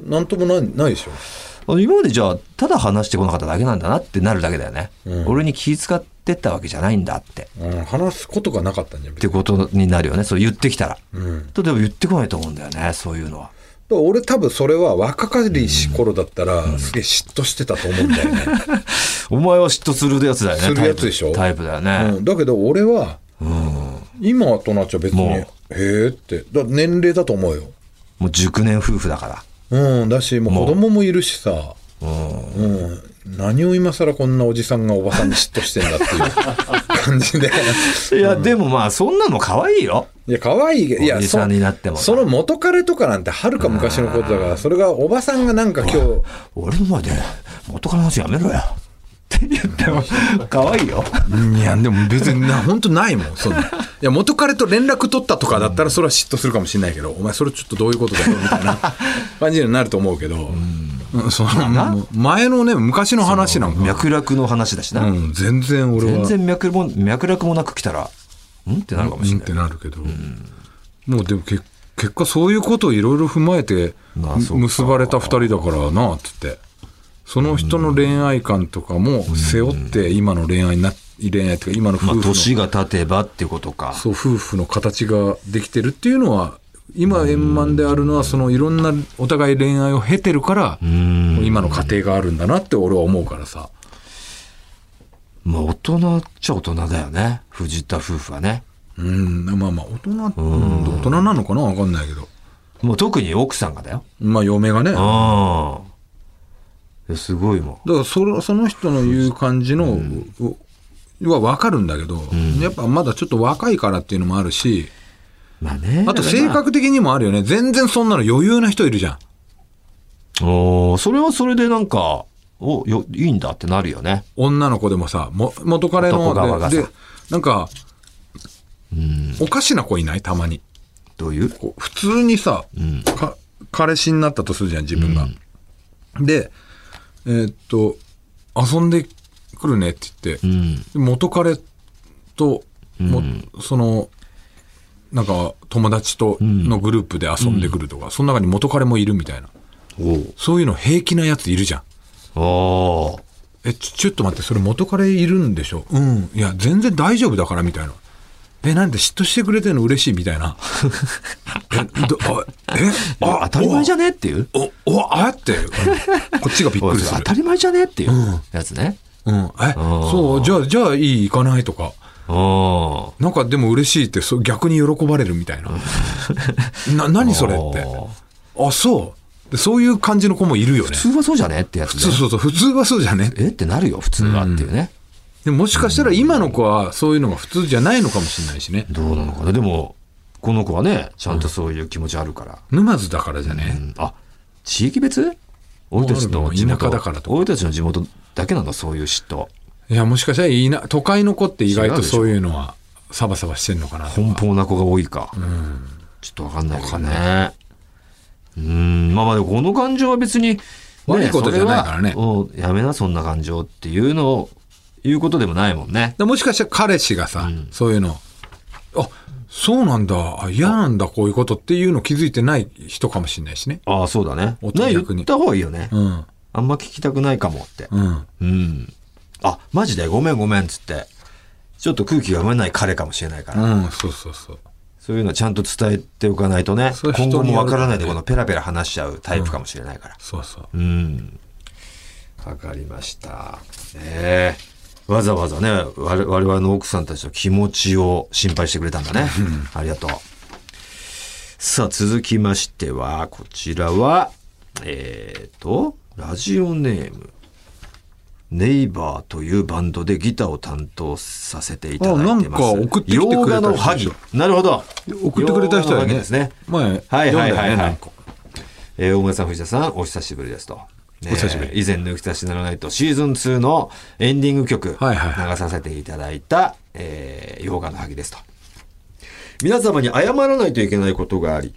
なんともないないでしょ
あ今までじゃあ、ただ話してこなかっただけなんだなってなるだけだよね。
うん
俺に気遣ってったわけじゃないんだって。
うん、話すことがなかったんじゃん
っ
別
て
に
ことになるよね。そう言ってきたら。
うん、だか
とでも言ってこないと思うんだよね、そういうのは。
ら俺多分それは若かりし頃だったらすげえ嫉妬してたと思うんだよね、
お前は嫉妬するやつだよね。
するやつでしょ
タイプタイプだよ
う
ね。
ん、だけど俺は
うん。も
今となっちゃ別に
もう
へえってだ年齢だと思うよ
う熟年夫婦だから。
うんだしもう子供もいるしさうん、何を今更こんなおじさんがおばさんに嫉妬してんだっていう感じで
いや、でもまあ、そんなの可愛いよ。
いや可愛いいや
おじさんになっても
そその元彼とかなんてはるか昔のことだからそれがおばさんがなんか今日
俺の前で、元からの話やめろよ。って言って も、可愛いよ。
いや、でも別にな、本当ない もん、そんな。いや、元彼と連絡取ったとかだったら、それは嫉妬するかもしれないけど、お前、それちょっとどういうことだよ、みた いな感じになると思うけど、うんその、もう前のね、昔の話なんか、
脈絡の話だし
う
な。
ん、全然俺
全
は、
然脈も、脈絡もなく来たら、んってなるかもし
う
れ
んっ
ない
て。なるけど、もうでもけ、結果、そういうことをいろいろ踏まえて、
まあそうか
結ばれた二人だからな、つって。その人の恋愛観とかも背負って、今の恋愛にな、恋愛というか、今の夫
まあ
婦、の
年が経てばってことか。
そう夫婦の形ができてるっていうのは今円満であるのはそのいろんなお互い恋愛を経てるから
うん。
今の家庭があるんだなって俺は思うからさ
まあ、大人っちゃ大人だよね。藤田夫婦はね。
うんまあまあ大人うん大人なのかな分かんないけど
もう特に奥さんがだよ。
まあ嫁がねだか
うん。すごいもん。
らそのその人の言う感じのうは分かるんだけどやっぱまだちょっと若いからっていうのもあるし
まあね。
あと性格的にもあるよね全然そんなの余裕な人いるじゃん
おーそれはそれでなんか、お、よ、いいんだってなるよね。
女の子でもさも元彼
男側
の
が
で
さ
でなんか
うん。
おかしな子いないたまに
どういう
こう普通にさ、
ん
か彼氏になったとするじゃん自分が、でえーっと遊んでくるねって言って、
ん。
元彼とも、そのなんか友達とのグループで遊んでくるとか、その中に元彼もいるみたいなそういうの平気なやついるじゃん
おおー
えちょちょっと待ってそれ元彼いるんでしょうんいや全然大丈夫だからみたいなえ、なんで嫉妬してくれてるの嬉しいみた いな。え、どあえあ
当たり前じゃねっていう。
お、お、あって、こっちがびっく
おい
り
そ
す
れ
る
当。たり前じゃねっていうやつね。
うん。え、
ん
そう、じゃあ、じゃあいい、行かないとか。
ああ。
なんかでも嬉しいって、そう逆に喜ばれるみたいな。な、何それって。あ、そう。でそういう感じの子もいるよね。
普通はそうじゃねってやつね
そうそうそう、普通はそうじゃね。
えってなるよ、普通はっていうね。
でももしかしたら今の子はそういうのが普通じゃないのかもしれないしね。
どうなのかな。でも、この子はね、ちゃんとそういう気持ちあるから。
沼津だからじゃ
う
ね。
んあ、地域別俺たちの地元。
田舎だからとか
俺たちの地元だけなんだ、そういう嫉妬。
いや、もしかしたらいいな、都会の子って意外とそういうのはサバサバしてんのかなと
奔
か。
放な子が多いか。ちょっとわかんないけどね。うん、まあまあでもこの感情は別に、ね
悪いことじゃないからね
それはうんやめな、そんな感情っていうのを言うことでもないもんね。
でもしかしたら彼氏がさ、そういうの、あ、そうなんだ、あ嫌なんだ、こういうことっていうの気づいてない人かもしれないしね。
ああ、そうだね。
男
ね
逆
言
に
った方がいいよね。
うん。
あんま聞きたくないかもって。
うん。
うん。あ、マジでごめんごめんっつって。ちょっと空気が読めない彼かもしれないから。
うん、そうそうそう。
そういうのちゃんと伝えておかないとね。
それは人
今
によ
後も
る
わからないで、このペラペラ話しちゃうタイプかもしれないから。
そうそう。
うん。わかりました。ねえわざわざね、我々我々の奥さんたちの気持ちを心配してくれたんだね。ありがとう。さあ、続きましては、こちらは、えーと、ラジオネーム、ネイバーというバンドでギターを担当させていただいてます。
あなんか送ってきてくれた
洋画のハギ
人で。
なるほど。
送ってくれた人
洋画の
だよ
ハギ
ね。
ですね。
前、
はいはいはい
読んだ
は
よ
い
ね。。
えー大村さん、藤田さん、お久しぶりですと。ね
お久しぶり
以前、抜き差しならないと、シーズン2のエンディング曲、
はいはいはい
流させていただいた、えー、洋画の萩ですと。皆様に謝らないといけないことがあり、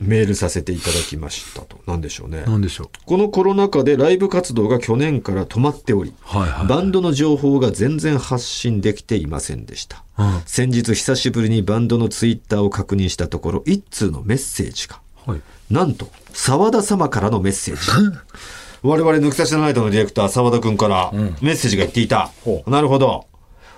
メールさせていただきましたと。なんでしょうね。
なんでしょう。
このコロナ禍でライブ活動が去年から止まっており、
はいはい
バンドの情報が全然発信できていませんでした。
うん
先日久しぶりにバンドのツイッターを確認したところ、一通のメッセージが。
はい。
なんと、沢田様からのメッセージ。 我々、抜き差しのナイトのディレクター、沢田くんからメッセージが言っていた。
ほう
なるほど。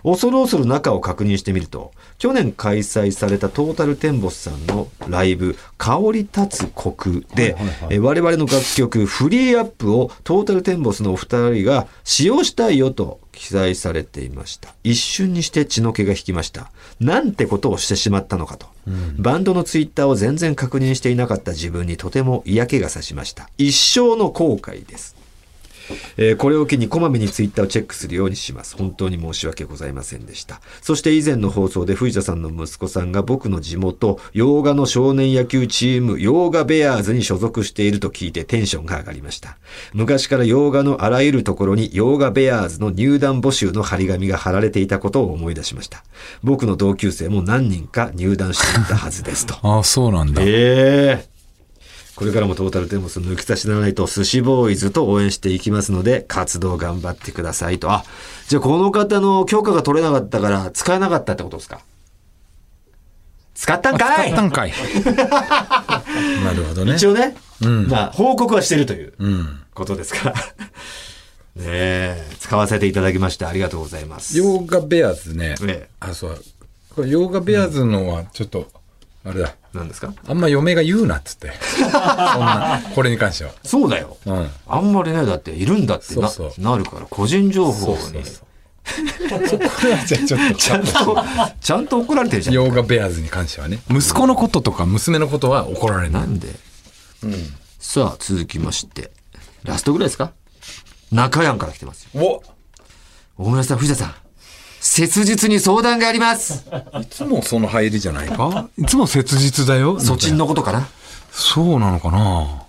恐る恐る中を確認してみると、去年開催されたトータルテンボスさんのライブ、香り立つ国で、え我々の楽曲、フリーアップをトータルテンボスのお二人が使用したいよと記載されていました。一瞬にして血の気が引きました。なんてことをしてしまったのかと。バンドのツイッターを全然確認していなかった自分にとても嫌気がさしました。一生の後悔です。えーこれを機にこまめにツイッターをチェックするようにします。本当に申し訳ございませんでした。そして以前の放送で藤田さんの息子さんが僕の地元、洋画の少年野球チーム、洋画ベアーズに所属していると聞いてテンションが上がりました。昔から洋画のあらゆるところに洋画ベアーズの入団募集の張り紙が貼られていたことを思い出しました。僕の同級生も何人か入団していたはずですと。
ああ、そうなんだ。
ええこれからもトータルテンボス抜き差しならないと寿司ボーイズと応援していきますので活動頑張ってくださいと。あ、じゃあこの方の許可が取れなかったから使えなかったってことですか使ったんか
使
い
ったんかい。 なるほどね。
一応ね、
うん
まあ報告はしてるという
うん。
ことですから。 ねえ、使わせていただきましてありがとうございます。
ヨーガベアーズね。
ええ
あ、そう。これヨーガベアーズのはちょっと、あれだ。
何ですか
あんま嫁が言うなっつ って。そんな、これに関しては。
そうだよ。
うん。
あんまりね、だっているんだってな
そうそう
なるから個人情報
そう
に
そうそう。そこは じゃあちょっと。
ちゃんと、ちゃんと怒られてるじゃん。
ヨーガベアーズに関してはね。息子のこととか娘のことは怒られな。
ないんで、さあ、続きまして。ラストぐらいですか中山から来てますよ。
お
大村さん、藤田さん。切実に相談があります。
いつもその入りじゃないかいつも切実だよ。
そっちのことかな
そうなのかな
好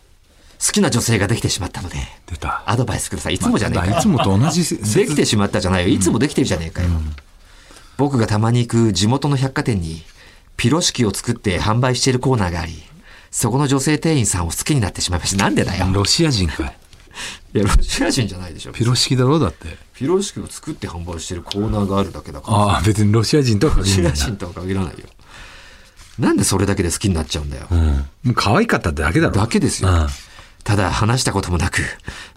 きな女性ができてしまったので、
出た。
アドバイスください。いつもじゃねえか
い
よ
つ。もと同じせ
できてしまったじゃないよ。いつもできてるじゃねえかよ。僕がたまに行く地元の百貨店に、ピロシキを作って販売しているコーナーがあり、そこの女性店員さんを好きになってしまいました。なんでだよ。
ロシア人かい。
いや、ロシア人じゃないでしょ。
ピロシキだろだって。
ピロシキを作って販売しているコーナーがあるだけだから。
ああ、別にロシア人とは
ロシ
限ら
ア
ない。
人とは限らないよ。なんでそれだけで好きになっちゃうんだよ。
うん。もう可愛かっただけだろ。
だけですよ。
うん
ただ話したこともなく、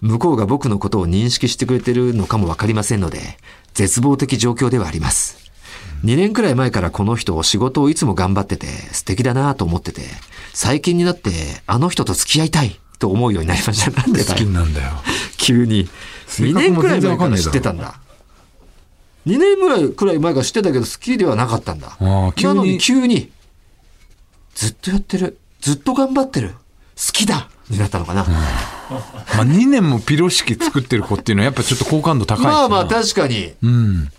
向こうが僕のことを認識してくれてるのかもわかりませんので、絶望的状況ではあります。 2年くらい前からこの人仕事をいつも頑張ってて素敵だなと思ってて、最近になってあの人と付き合いたいと思うようになりました。なんで
好
だ
き
よ。
なんだよ。
急に。
性
2
格
年
も
くら
全
い
然
前
わか
か
ん
ら
ないだろ
知ってたんだ。2年ぐらいくらい前から知ってたけど好きではなかったんだ。
ああ急に
なのに急に、ずっとやってる。ずっと頑張ってる。好きだになったのかな。
まあ、2年もピロシキ作ってる子っていうのはやっぱちょっと好感度高いしな。
まあまあ確かに。
うん。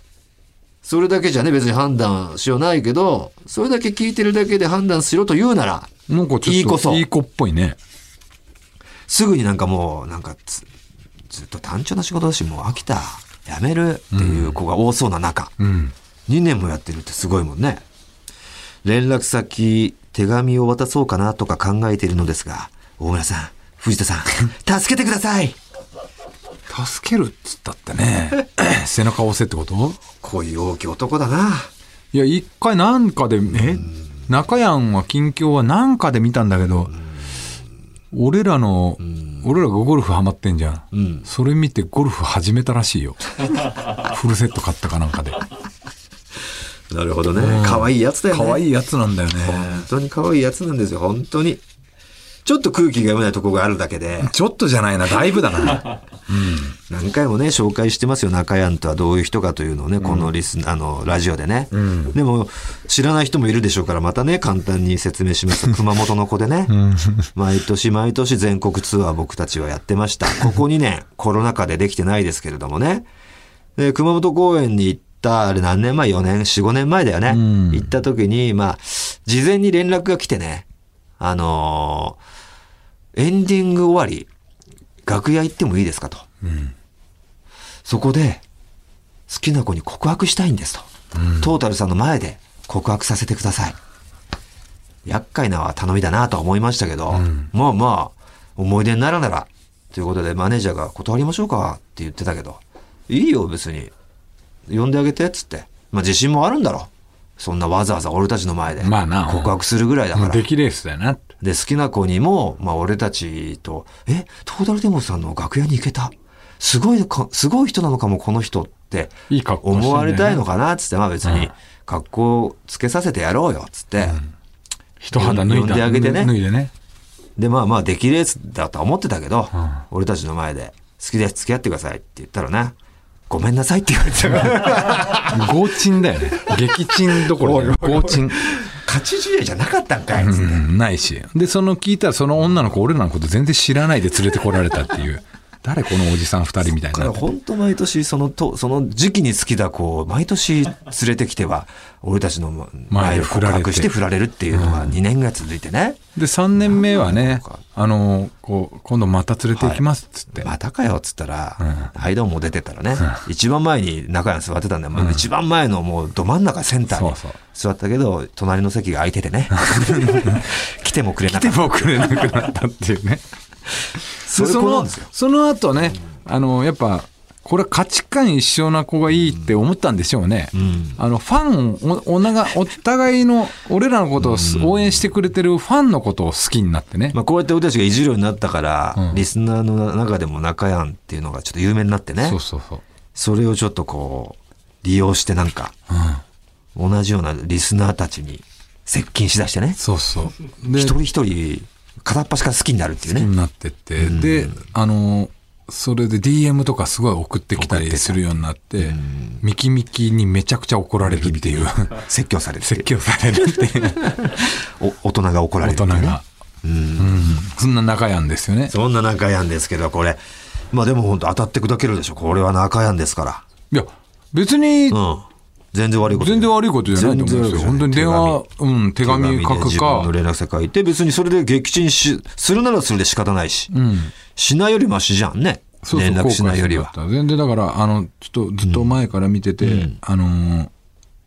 それだけじゃね、別に判断しようないけど、それだけ聞いてるだけで判断しろと言うなら、
なんかちょっと
いい子そう
いい子っぽいね。
すぐになんかもう、なんかつずっと単調な仕事だし、もう飽きた、やめるっていう子が多そうな中、
うん。
2年もやってるってすごいもんね。連絡先、手紙を渡そうかなとか考えているのですが、大村さん、藤田さん、助けてください
助けるっつったってね。 背中押せってこと
こういう大きい男だな。
いや、一回なんかで、え中やんは近況はなんかで見たんだけど、俺らの、俺らがゴルフハマってんじゃん。
ん
それ見てゴルフ始めたら しいよ。フルセット買ったかなんかで。
なるほどね。可愛いやつだよね。
可愛いやつなんだよね。
本当に可愛いやつなんですよ、本当に。ちょっと空気が読めないとこがあるだけで、
ちょっとじゃないな、だいぶだな。
何回もね、紹介してますよ、中山とはどういう人かというのをね、このリス、あの、ラジオでね。でも、知らない人もいるでしょうから、またね、簡単に説明します と。熊本の子でね、毎年毎年全国ツアー僕たちはやってま した。ここ2年、コロナ禍でできてないですけれどもね。で、熊本公園に行った、あれ何年前 ?4 年 ?4、5年前だよね。
うん
行った時に、まあ、事前に連絡が来てね、あのーエンディング終わり、楽屋行ってもいいですかと。そこで、好きな子に告白したいんですと。トータルさんの前で告白させてください。厄介な頼みだなとは思いましたけど、まあまあ、思い出にならなら、ということでマネージャーが断りましょうかって言ってたけど、いいよ別に。呼んであげてっつって。まあ自信もあるんだろう。そんなわざわざ俺たちの前で
まあな
告白するぐらいだか
もう
ら。
出来レースだよな。
で、好きな子にも、まあ俺たちと、え、トータルデモさんの楽屋に行けた。すごいか、すごい人なのかも、この人って。
いい格好してんだよね
思われたいのかなっつって、まあ別
う
に
ん、
格好つけさせてやろうよ、つって。
一肌脱いだ。
呼んであげてね
脱いでね。
で、まあまあ、出来レースだとは思ってたけど、
ん
俺たちの前で、好きです、付き合ってくださいって言ったらね、ごめんなさいって言われてた。
合鎮だよね。激鎮どころ だよ合鎮。
勝ち試合じゃなかったんかい、つって。
うん、ないし。で、その聞いたら、その女の子、俺らのこと全然知らないで連れてこられたっていう。誰このおじさん二人みたい
だから。
な
本当毎年そのとその時期に好きだ子を毎年連れてきては俺たちの前で告白して振られるっていうのが2年ぐらい続いてね、
で、三年目はね
か、
あの、こう、今度また連れて行きますっつって。
またかよっつったら、間も出てたらね、一番前に中山座ってたんだよ、もう一番前のもうど真ん中センターに
そうそ
座
う
ったけど隣の席が空いて てね来てもくれなか
で
っ
もくれなくなったっていうね。
そういう子なんですよ
その後ね、あの、やっぱ、これは価値観一緒な子がいいって思ったんでしょうね。
ん
あの、ファンをお、おなが、お互いの、俺らのことをす応援してくれてるファンのことを好きになってね
た、。まあ、こうやって俺たちがいじるようになったから、
うん
リスナーの中でも中山っていうのがちょっと有名になってね
そうそうそう。
それをちょっとこう、利用してなんか、
うん。
同じようなリスナーたちに接近しだしてね、
そうそう。で
一人一人、片っ端から好きになるっていうね。
になってって、で、あの、それで DM とかすごい送ってきたりするようになって、ミキミキにめちゃくちゃ怒られるっていう、
説教されるってい
説
う。
教されるっていう、
お大人が怒ら
大
れるって
人
いう、ね。
が。うんそんな仲やんですよね。
そんな中やんですけど、これ。まあでも本当当たって砕けるでしょ。これは中やんですか
いや、別に
ら。うん。全然悪いこと。
全然悪いことじゃないと思うんですよ。本当に電話、うん、手
手紙
紙
で
書く
自分の
か、
連絡先書いて、別にそれで撃沈し、するならするで仕方ないし。
うん。
しないよりマシじゃんね。
そうそう
連絡しないよりは
後。悔しなかった全然だから、あの、ちょっとずっと前から見てて、あのー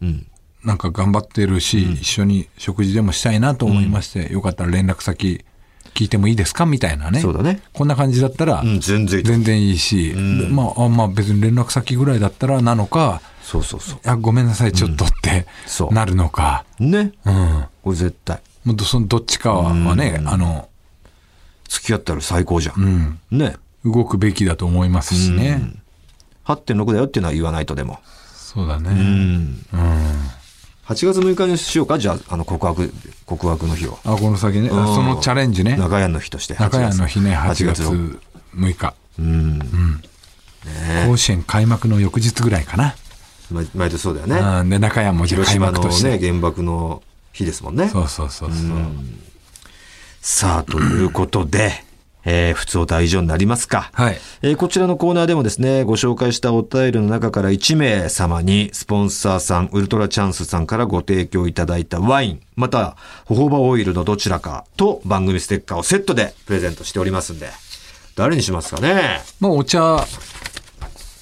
うん。
なんか頑張ってるし、一緒に食事でもしたいなと思いまして、よかったら連絡先聞いてもいいですかみたいなね。
そうだね
こんな感じだったら、
うん、全然いいと思う
全然いいし、まあ、あまあ別に連絡先ぐらいだったらなのか、
そうそうそ
あごめんなさい、ちょっとって、
そう
なるのか、
う。ね。
うん。
これ絶対。
もうどそのどっちかはね、あの、
付き合ったら最高じゃん。
うん、
ね。
動くべきだと思いますしね。
8.6だよっていうのは言わないとでも。
そうだ
うん。
ね。うん。あ、
8月6日にしようかじゃあ、あの、告白、告白の日を。
この先ね。あ
うん
そのチャレンジね。
中屋の日として。
中屋の日ね、
8
8
月
月
の。
6日。
うん。
甲子園開幕の翌日ぐらいかな。
毎毎年そうだよね。
うん。で、中屋もじゃあ
広
開
島
幕
の
として
ね、。原爆の日ですもんね。
そうそうそうそう。
さあ、ということで、えー、普通お題以上になりますか。
はい。
えーこちらのコーナーでもですね、ご紹介したお便りの中から1名様に、スポンサーさん、ウルトラチャンスさんからご提供いただいたワイン、また、ホホバオイルのどちらかと番組ステッカーをセットでプレゼントしておりますんで、誰にしますかね
まあ、お茶、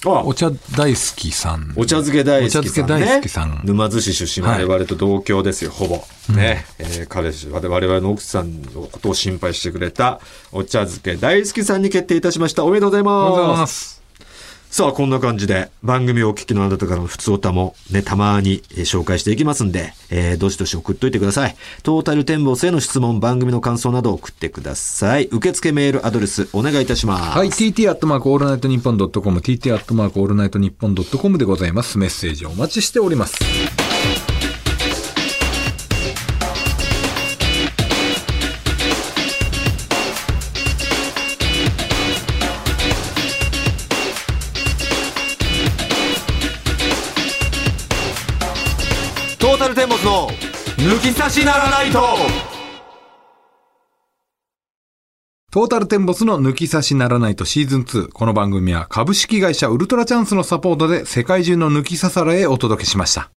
あ
お茶大好きさん。
お茶漬け大好きさん、ね。
お茶漬け大好きさん
沼津市出身、
はい
我々と同郷ですよ、ほぼ。ね。えー彼氏、我々の奥さんのことを心配してくれた、お茶漬け大好きさんに決定いたしました。おめでとうござい
おはようござい
ま。
ますす。
さあ、こんな感じで、番組をお聞きのあなたからの普通歌もね、たまにえー紹介していきますんで、えーどしどし送っといてください。トータル展望への質問、番組の感想など送ってください。受付メールアドレス、お願いいたします。
はい、tt アットマークオールナイトニッポンドットコム、tt アットマークオールナイトニッポンドットコムでございます。メッセージお待ちしております。
トータルテンボスの抜き差しならないと
トータルテンボスの抜き差しならないとシーズン2。この番組は株式会社ウルトラチャンスのサポートで世界中の抜き差されへお届けしました。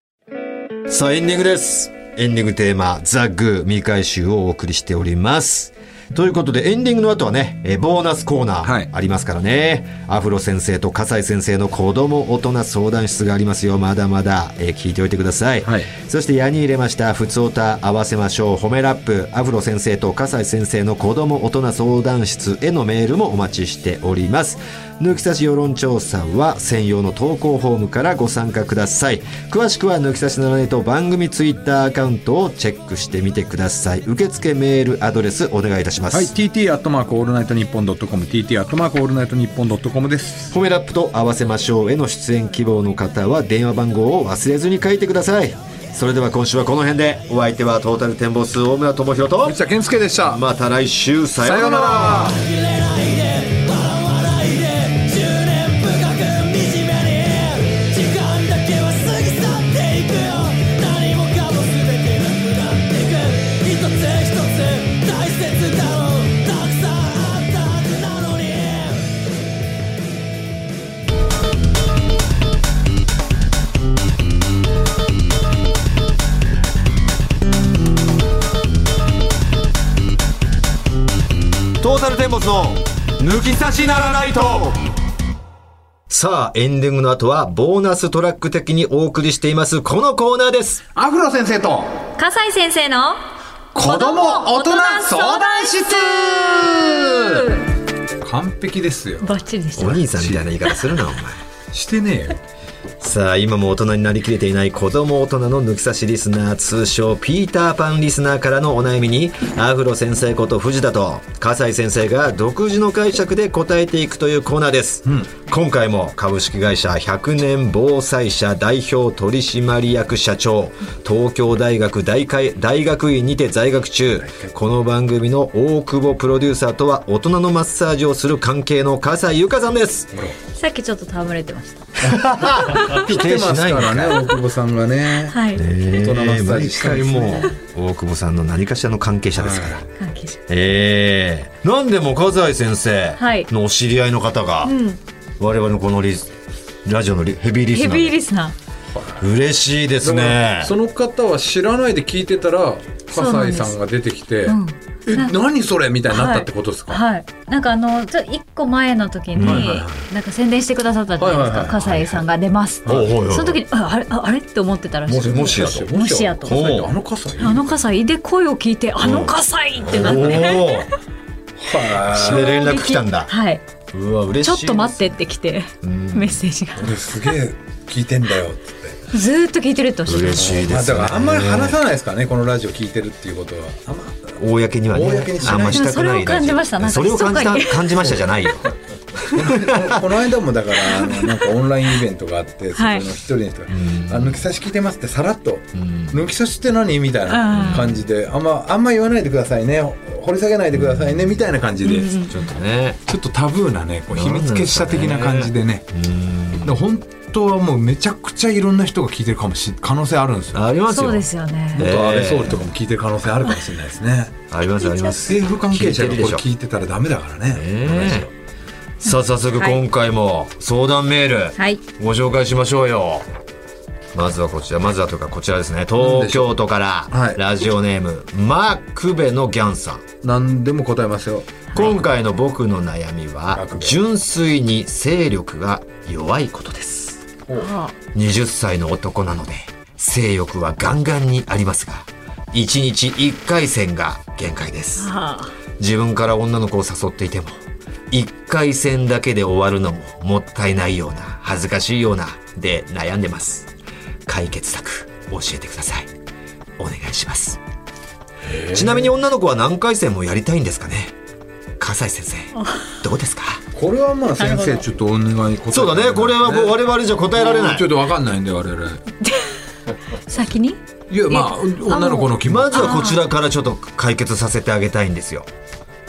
さあ、エンディングです。エンディングテーマ、ザ・グー未回収をお送りしております。ということで、エンディングの後はね、えーボーナスコーナ
はい
ーありますからね、アフロ先生と笠井先生の子供大人相談室がありますよ。まだまだ、えー聞いておいてください。
はい
そして、矢に入れました、ふつおた合わせましょう、褒めラップ、アフロ先生と笠井先生の子供大人相談室へのメールもお待ちしております。抜き差し世論調査は専用の投稿フォームからご参加ください。詳しくは抜き差しならねと番組ツイッターアカウントをチェックしてみてください。受付メールアドレスお願いいたします。
はい、tt アットマークオールナイトニッポンドットコム、tt アットマークオールナイトニッポンドットコムです。
褒めラップと合わせましょうへの出演希望の方は電話番号を忘れずに書いてください。それでは今週はこの辺でお相手はトータル展望数大村智広と
藤田健介でした。
また来週さ
さ
よ
よ
う
う
な
な
ら
ら。
時間だけは過ぎ去っていくよ何もかも全てなくなっていく一つ一つ大切だろうたくさんあったはずなのに
トータルテンボスの抜き差しならないとさあ、エンディングの後は、ボーナストラック的にお送りしています、このコーナーです。
アフロ先生と
笠井先生の
子
供大人相談
室完璧ですよ。
バッチリでし
お兄さんみたいな言い方するな、お前。
してねえよ。
さあ、今も大人になりきれていない子供大人の抜き差しリスナー、通称ピーターパンリスナーからのお悩みに、アフロ先生こと藤田と、笠井先生が独自の解釈で答えていくというコーナーです。今回も株式会社100年防災社代表取締役社長、東京大学大会大学院にて在学中、この番組の大久保プロデューサーとは大人のマッサージをする関係の笠井由香さんです。
さっきちょっと戯れてました
否
来てますからね、大久保さんがね。
はい
え
大人マッサージしたいですね
毎回もう大久保さんの何かしらの関係者ですから、
は
関係者
ええなんでも葛西先生
はい
のお知り合いの方が、我々のこのリスラジオのリヘビーリス
ヘ
ナ
ビー
ー
リスナー
嬉しいですね
その方は知らないで聞いてたら笠井さんが出てきて「
ん
え何それ?」みたいになったってことですか、
はいなんかあのちょ一個前の時に、
はいはいは
なんか宣伝してくださったじゃないです
はいはい
か
はい
笠井さんが出ますって
おうおうおう
その時にああれああれって思ってたらしい
もしもしやと
もしやと
笠井ってあの笠井
あの笠井で声を聞いてあの笠井ってなって
おおで連絡来たんだ
衝撃はいう
わ
ちょ
嬉
っ
しい
と待ってってきてメッセージが
俺すげえ聞いてんだよって
ずーっと聞いてるっておっしゃってま
嬉
し
しい
ま
で
あ、
す
だ
ね、
からあんまり話さないですからねこのラジオ聞いてるっていうことはあんま
公にはね
公にしない
あんましたくない
でもそれを感じましたなんか
それを感じ
密
た
かに
感じましたじゃないよ
この間もだからあのなんかオンラインイベントがあってそこ
は
の
い
一人の人が「あ抜き差し聞いてます」ってさらっと「抜き差しって何?」みたいな感じであんまあんま言わないでくださいね掘り下げないでくださいねみたいな感じでち
ちょっとね
ょっとタブーなねこう秘密結社的な感じでねで本当はもうめちゃくちゃいろんな人が聞いてるかもし可能性あるんですよ。
ありますよ
そうですよね。
ね
元安倍総理とかも聞いてる可能性あるかもしれないで すね。
ありますあります
政府関係者がこれ
聞
聞いてたらダメだからね。
ねさあ早速
はい
今回も相談メール、
はい
ご紹介しましょうよまずはこちらまずはというかこちらですね東京都から、
はい
ラジオネームマークベのギャンさん
何でも答えますよ。
今回の僕の悩みは
マークベ
純粋に勢力が弱いことです20歳の男なので性欲はガンガンにありますが1日1回戦が限界です
ああ
自分から女の子を誘っていても1回戦だけで終わるのももったいないような恥ずかしいようなで悩んでます解決策教えてくださいお願いしますちなみに女の子は何回戦もやりたいんですかね笠井先生どうですか
これはまあ先
なる
生
ほど
ちょっとお願い答えて
そうだねこれはもう我々じゃ答えられない
ちょっとわかんないんで我々。
先に
いやまあ
え
女の子の気持
まず
ち。
はこちらからちょっと解決させてあげたいんですよ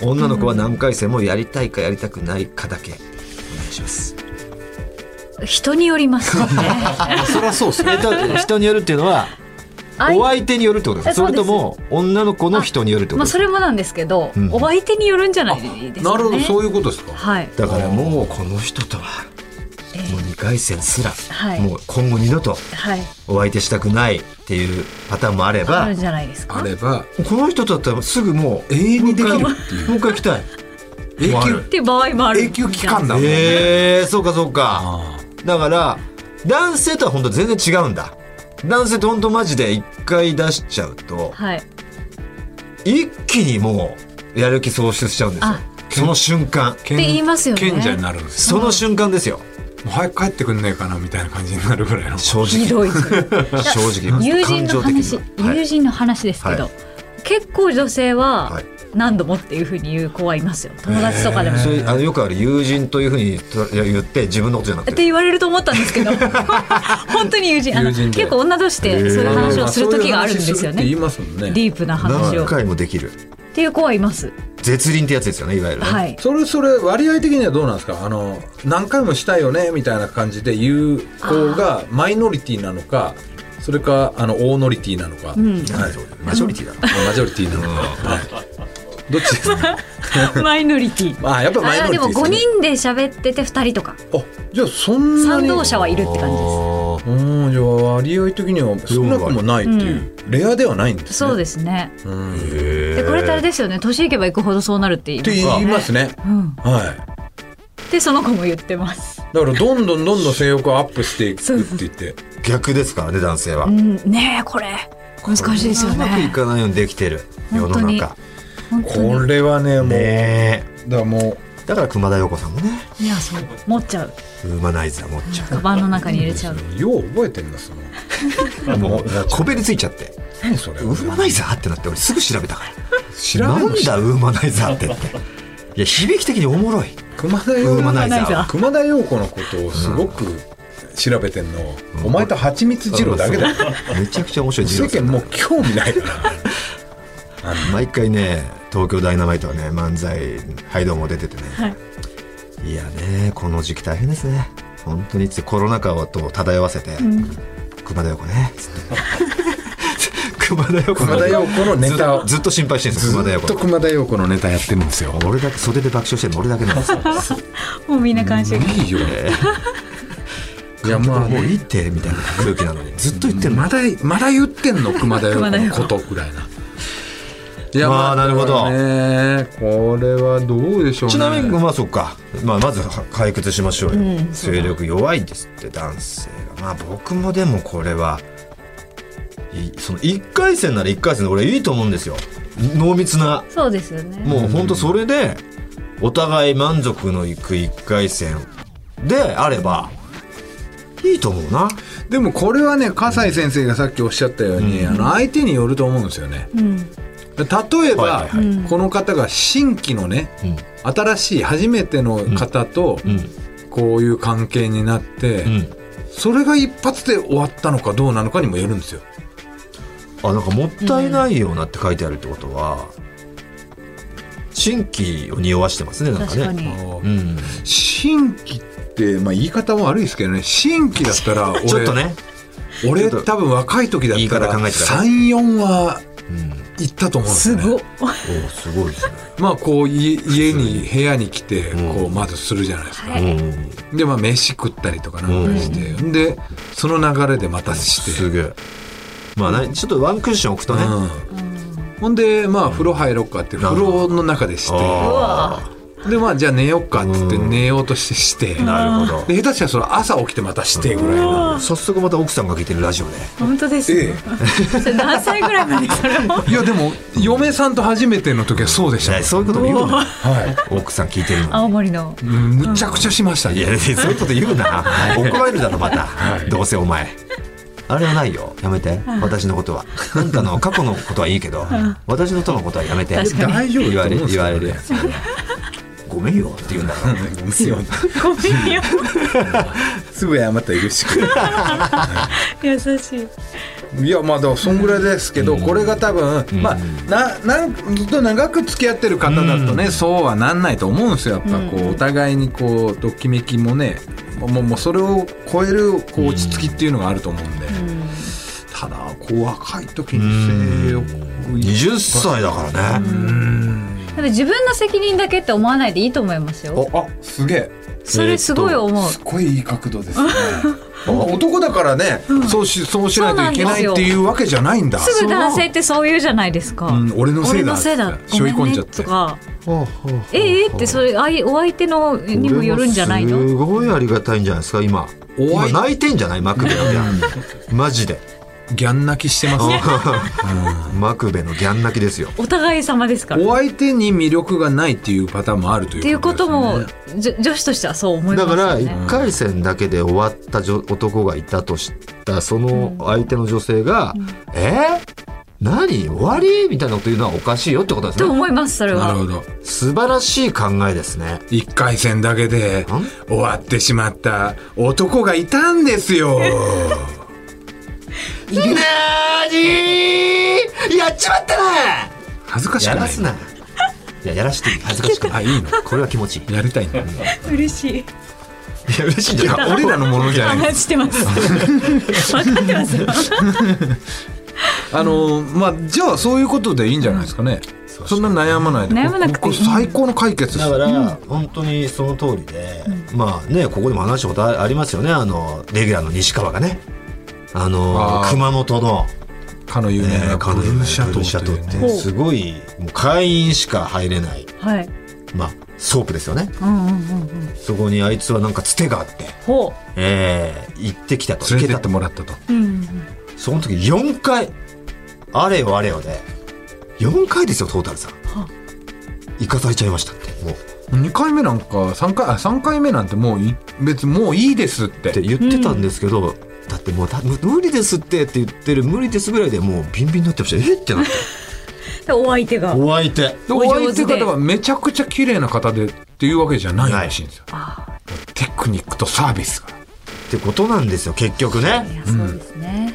女の子は何回戦もやりたいかやりたくないかだけお願いします
人によりま すよね。
そりゃそうっすね。
人によるっていうのは
相
お相手によるってことですかそ
そう
れ
です
とも女の子の人によるってこ
ま
とで
あ
す
そ
か、
れもなんですけど、
ん
お相手によるんじゃないですかね。
なるほどそういうことですか。
はい。
だからもうこの人とはもう2回戦すら、
はい
もう今後二度と
はい。
お相手したくないっていうパターンもあれ
あ
ば
るんじゃないです
あ
か。
れば
この人とだったらすぐもう
永遠にできる
もう
っていう
一回来たい
永
もうあ
久
る
っていう場合もある。
永久期間だもんね。
えー、そうかそうか
あ
だから男性とは本当全然違うんだ男性と本当マジで一回出しちゃうと
はい。
一気にもうやる気喪失しちゃうんですよ
あ
その瞬間
ー。って
言いますよね
賢者になるんですよ。
その瞬間ですよ
もう早く帰ってくんねえかなみたいな感じになるぐらいの。
正直
ひどい。
正 直
友人の話、
はい
友人の話ですけど、
はい
結構女性は
はい
何度もっていうふうに言う子はいますよ友達とかでも、
それあのよくある友人というふうにと言って自分のことじゃなく
って
て
言われると思ったんです けど本当に友人あの
友人で
結構女同士でそういう話をする時があるんですよ
そういう話するって
ね
言いますもんね。
ディープな話
何
をっ
回もできる
ていう子はいます
絶倫ってやつですよねいわゆるね、
はい
それそれ割合的にはどうなんですかあの何回もしたいよねみたいな感じで言う子がマイノリティなのかそれかあのオーノリティなのか、
ん
はい
マジョリティだろ
マジョリティなのか、はいどっちです か
マイノリティ
まあやっぱマイ
あ
ノ
ー
リ
で
ティ
も
です
5
ね
人で喋ってて2人とか
あじゃあそんな
賛
に
同者はいるって感じで
あー
うんじゃあ割合的には少なくもないっていう、レアではないんです
す
ね
そうですね
うんっ
でこれってあれですよね年いけばいくほどそうなるって言います
て言いますね、
うん
はい
でその子も言ってます
だからどんどんどんどん性欲をアップしていく
そう
って
そ
言って
逆ですからね男性は、
うんねえこれ難しいですよ
うまくい
ね
かないようにできてる世
本
の
当に
中
本当
これはねもう
ね
だからもう
えだから熊田曜子さんもね
にいやそう持っちゃう
ウーマナイザー持っちゃ
カバンの中に入れちゃう
よう覚えてんだその
うもうこべりついちゃって
何それ
ウーマナイザーってなって俺すぐ調べたから
知ら
な
ない
んだウーマナイザーってっていや響き的におもろい
熊田
ウ
陽
ーマ
子
ナイザ
ウーマナイザ
ー
ー
熊田陽子のことをすごく調べてんの、お前と蜂蜜二郎だけだよ
めちゃくちゃ面白い
世間もう興味ないから
毎回ね東京ダイナマイトはね漫才「はいどうも」出ててね、い、やねこの時期大変ですね本当につってコロナ禍をと漂わせて、熊田曜子 ねつって熊田曜子
熊田曜子のネタを
ずずっと心配してるんです
ず
よ熊田曜
っ
子
と
の
熊田陽子のネタやってるんですよ
俺だけ袖で爆笑してるの俺だけなんですよ
もうみんな監修
いいよいや
や
ま
ま
あ
あもういいってみたいな空気なのにずっと言ってるの
まだまだ言ってんの熊田曜子のことぐらいないや
まあなるほど
ねこれはどうでしょうね
ちなみにまあそっか、まあ、まずは解決しましょうよ、勢力弱いですって男性がまあ僕もでもこれはいその1回戦なら1回戦で俺いいと思うんですよ濃密な
そうですよね
もうほんとそれでお互い満足のいく1回戦であればいいと思うな
でもこれはね笠井先生がさっきおっしゃったように、あの相手によると思うんですよね、
うん
例えば、
はいはい
この方が新規のね、新しい初めての方と
うん
こういう関係になって、
うん
それが一発で終わったのかどうなのかにもよるんですよ。
あなんかもったいないようなって書いてあるってことは、新規を匂わしてますねなんか
確か
ね
に。
うん、
新規って、まあ、言い方も悪いですけどね新規だったら俺
ちょっとね、
俺
ちょっと
多分若い時だったら
言い方考えてたら
34は
うん、
行ったと思うんです
す
よね。
ごっ。
おすごいですね、
まあこうい家に部屋に来て
うん
こうまずするじゃないですか。
はい
うん、
でまあ飯食ったりとかなんかして、でその流れでまたして、
すげえまあなちょっとワンクッション置くと
う
ね、
ん、ほんでまあ風呂入ろうかって風呂の中でし
あ
う
て
わ
でまあじゃあ寝ようかって言って
うん
寝ようとしてして
なるほど
で下手したらその朝起きてまたしてぐらいの。
早速また奥さんが聞いてるラジオで
本当ですね。それ何歳ぐらいまでそれも。
いやでも嫁さんと初めての時はそうでしたもん、
ねそういうことも言うな
は
奥さん聞いてるの
青森の。
い、うんむちゃくちゃしました
い
ね
やそういうこと言う な怒られるだろまた、どうせお前あれはないよやめて私のことはあんたの過去のことはいいけど私のとのことはやめて
確かに
大丈夫
言わ
だと
れ
思うん
る
ですけ
言
ど
われ
ね
るやつごめんよって言うんだから
ごめんよ。
すぐ謝ったら許してくれ
優しい。
いやまあでもそんぐらいですけど、これが多分、まあななんずっと長く付き合ってる方だとね、そうはなんないと思うんですよやっぱこう、お互いにこうときめきもねもうもうそれを超えるこう落ち着きっていうのがあると思うんで、ただこう若い時に性欲
20歳だからね
だって自分の責任だけって思わないでいいと思いますよ。
あすげえ
それすごい思う。
すごいいい角度 ですね男だからね、そうしそうしないといけないっていうわけじゃないんだ
すぐ男性ってそう言うじゃないですか。
うん俺のせいだ
俺のせいだ。
背負い込んじゃって
ごめんねとか。ええってそれあいお相手のにもよるんじゃない
これ
の？
もすごいありがたいんじゃないですか今
お
今
会い
泣いてんじゃないマクベが マジで
ギャン泣きしてますね
マクベのギャン泣きですよ
お互い様ですから。っ
お相手に魅力がないっていうパターンもあるという
ていうことも
ですね
じょ女子としてはそう思いま
だ
すよ
か
ね。
ら1回戦だけで終わった女男がいたとしたその相手の女性が「え何終わり?」みたいなこと言うのはおかしいよってことです
と
ね
思いますそれ
なる
は。
ほど
素晴らしい考えですね
一回戦だけで終わってしまった男がいたんですよ
なーにやっちまったな
恥ずかしく
やら
ない
すないややらしていい恥ずかしくな
あ
い
いいの
これは気持ちいい
やりたいんだ
嬉しい。
いや嬉しいんじゃない
俺らのものじゃない
話してます。分かってますよ。
あのーまあじゃあそういうことでいいんじゃないですかね、そんな悩まないで
悩まなくていい
ここ最高の解決です
だから本当にその通りで、まあねここでも話したことありますよねあのレギュラーの西川がねあの
あー
熊本の
かの有名
ね
なブ
彼
ル
女
ー
の
シャトーとい
ブ
うね
ルーシャトーってすごいもう会員しか入れない、
はい。
まあ、ソープですよね
うんうんうんうん。
そこにあいつはなんかつてがあって、
ほ
えー行ってきたと
連
行
れ
け
てったて
と
もらったと
う。うん。
その時4回あれよあれよで4回ですよトータルさん
は
行かされちゃいましたってもう
2回目なんか3回あ三回目なんてもうい別にもういいですって
って言ってたんですけど、だってもうた無理ですってって言ってる無理ですぐらいでもうビンビンになってましたえってなって
でお相手が。
お相手
で
お
お相
上
手
手で
方がめちゃくちゃ綺麗な方でっていうわけじゃないらしいんですよ、テクニックとサービスが
ってことなんですよ結局
い
ね
やそうですね。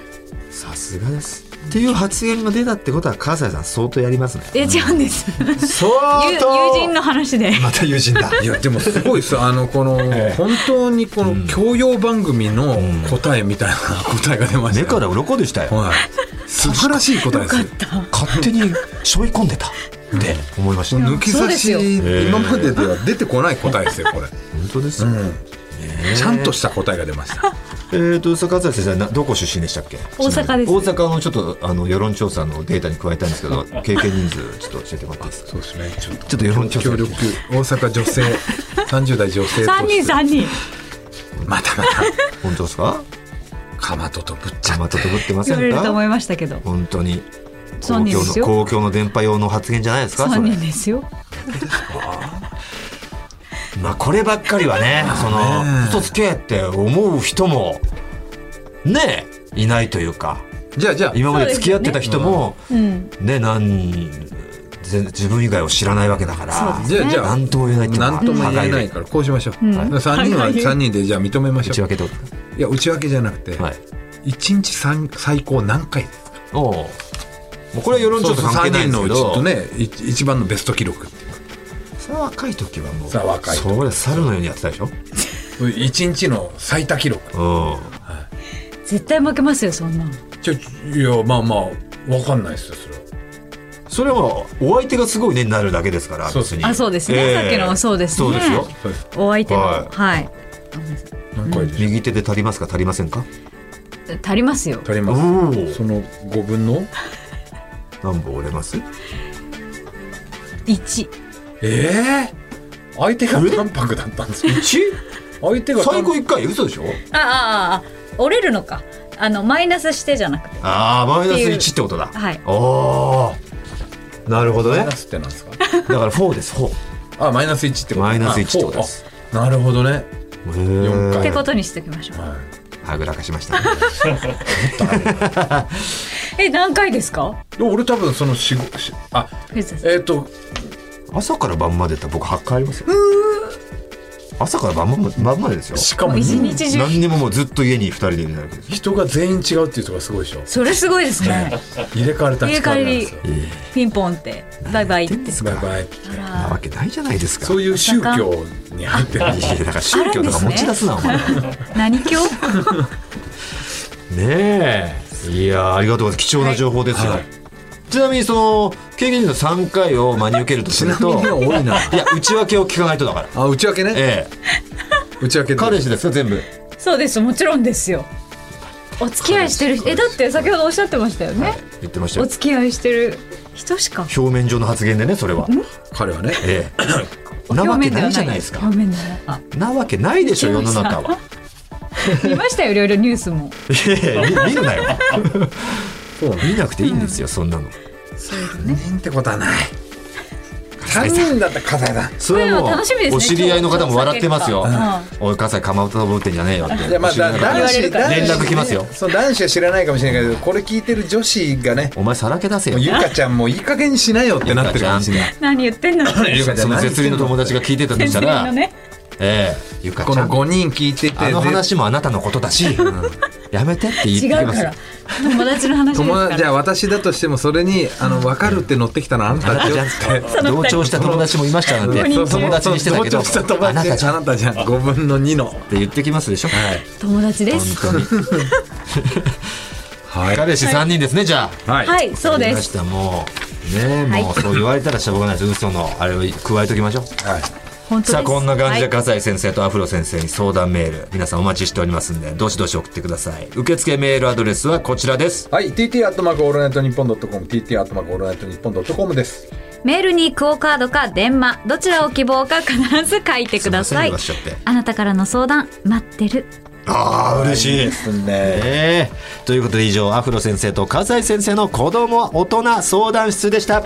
さすがですっていう発言が出たってことは川西さん相当やりますね
え違うんです。
相
友友人の話で。
また友人だ
いやでもすご いですあのこの本当にこの教養番組の答えみたいな 答えが出まし
目
た
か
よ、
ら鱗でしたよ
はい、素晴らしい答えですよ
勝手に背負い込んでたって思いました
抜き
そう
差
です
し
よ
今まででは出てこない 答えですよこれ、
本当ですよ、
ちゃんとした答えが出ました
えーとさ川西先生などこ出身でしたっけ
大阪です
大阪のちょっとあの世論調査のデータに加えたいんですけど経験人数ちょっと教えてもらっていいですか
そうですねちょっと
ちょっと世論調査
協力大阪女性30代女性
三人三人。
またまた
本当ですか
かまととぶっちゃ
邪魔ととぶってませ
言わ
ん
れると思
か
いましたけど。
本当に公
そう
共
です
の
よ
公共の電波用の発言じゃないですかそ
三
れ
人ですよ。
まあこればっかりはねその嘘つけって思う人もねえいないというか
じゃあじゃあ
今まで付き合ってた人も、
うん。
ね、何、全自分以外を知らないわけだから、
そう
じ
です
ゃあじゃあ
なんとも言えないっていうの
な
は
んとも言えないからこうしましょう、
ん
だから三人は三人でじゃあ認めまし
内
ょう
訳と。
いや内訳じゃなくて、
はい。
一日三最高何回ですか
おお。もうこれは世論調査関係ないんですけど、
そうそう三人のうちとねい一番のベスト記録っていう
それは若い時はもう、
それは若い時
それ猿のようにやってたでしょ
一日の最多記録
う
絶対負けますよ、そんなの。
ちょいやまあまあわかんないですよそれは
ん。それはもうお相手がすごいねになるだけですから、
そうですね
別に
あ、そうですね。
ええ
さっきの、そうですね。
そうですよ。
そうです
お相手の、
は
はいい。
何回でしょう
右手で足りますか足りませんか
足りますよ。
足り
お
ます
お
その5分の
何本折れます
一。
ええ相手が淡白だったんですよ
?1?
相手が淡
最高1回嘘でしょ
ああ、ああ、折れるのか。あの、マイナスしてじゃなくて。
ああマイナス
っていう
1ってことだ
はい
おーなるほど
マ
ね
イナスってなんですか
だから4です4へ
あマイナス1ってこと
マイナス1ってことです
あなるほどね四
っ
え
回
てことにしておきましょう。
はぐらかしましたね
え、何回ですか
で俺多分その仕事しあ
藤田さん
えっ、と
朝から晩までって僕8回ありますよ朝から晩まで晩までですよ
しかも
もう一日中。
何にももうずっと家に2人でいるだけです
人が全員違うっていうとこがすごいでしょ
それすごいですね。
入れ替われた人なんですよ
ピンポンって、バイバイって。
バイバイ
あら
なわけないじゃないですか
そういう宗教に入ってる
いやだから宗教とか持ち出すなお前
何教
ねえいやーありがとうございます貴重な情報ですよ、
はいはい
ちなみにその経験人の3回を真に受けるとす
ち
る
なみ
と
に多 いない
や内訳を聞かないとだから
あ内訳ね
ええ
内訳で
彼氏ですか全部
そうです、もちろんですよ。お付き合いしてる人、え、だって先ほどおっしゃってましたよね。
言ってました
お
よ
付き合いしてる人しか。
表面上の発言でねそれは
彼はね
ええなわけないじゃないですか
表面ではない表面では
なわけないでしょ世の中は
ないあ見ましたよ、いろいろニュースも。
いやいや見見る なよ
そうね
見なくていいんですよそんなの
3人ってことはない3人だったら笠井さん
それは
こ
も
れは楽しみです
う
ね
お知り合いの方も笑ってますよ
今日のお
「
酒
おい笠井かまぶたぶってんじゃねえよ」って
いやまあ、だ
言
男
われ
子
るから
連絡来ますよ
そう男子は知らないかもしれないけどこれ聞いてる女子がね
お前さらけ出せ
も
よ
うゆかちゃんもういい加減にしなよってなってるかもしれない
何言ってんの
ゆかちゃ
そ
ん
の
何
絶倫の友達が聞いてたとした
先生
ら
のね
「ええゆか
こ
ちゃ
の
ん
5人聞いてて
あの話もあなたのことだしやめて」って言って
違
き
う
ま
か
すよ
ら友達の話です
友
か
達じゃあ
ら
私だとしてもそれにあの分かるって乗ってきたのあんた
あな
た
た
ち
じ
よ
ゃん
って
って同調した友達もいましたなんて
人
友達にしてたけど
同調した友
あな
達
たじゃん
あなたじゃん5分の2の
って言ってきますでしょ
友達です
本当に
は
彼氏3人ですねじゃあ
はい
は
はい
いそう
あり
で
まし
す
たもうねえ
はい
もうそう言われたらしょうがないです嘘のあれを加えときましょう
本当です
さあこんな感じで
はい
笠井先生とアフロ先生に相談メール皆さんお待ちしておりますんでどしどし送ってください受付メールアドレスはこちらです
はい TT アットマークオールナイトニッポンドットコム TT アットマークオールナイトニッポンドットコムです
メールにクオカードか電話どちらを希望か必ず書いてくださ
す
い
いません伸ばしちゃって
あなたからの相談待ってる
ああ嬉しい
ですね
ええということで以上アフロ先生と笠井先生の子供大人相談室でした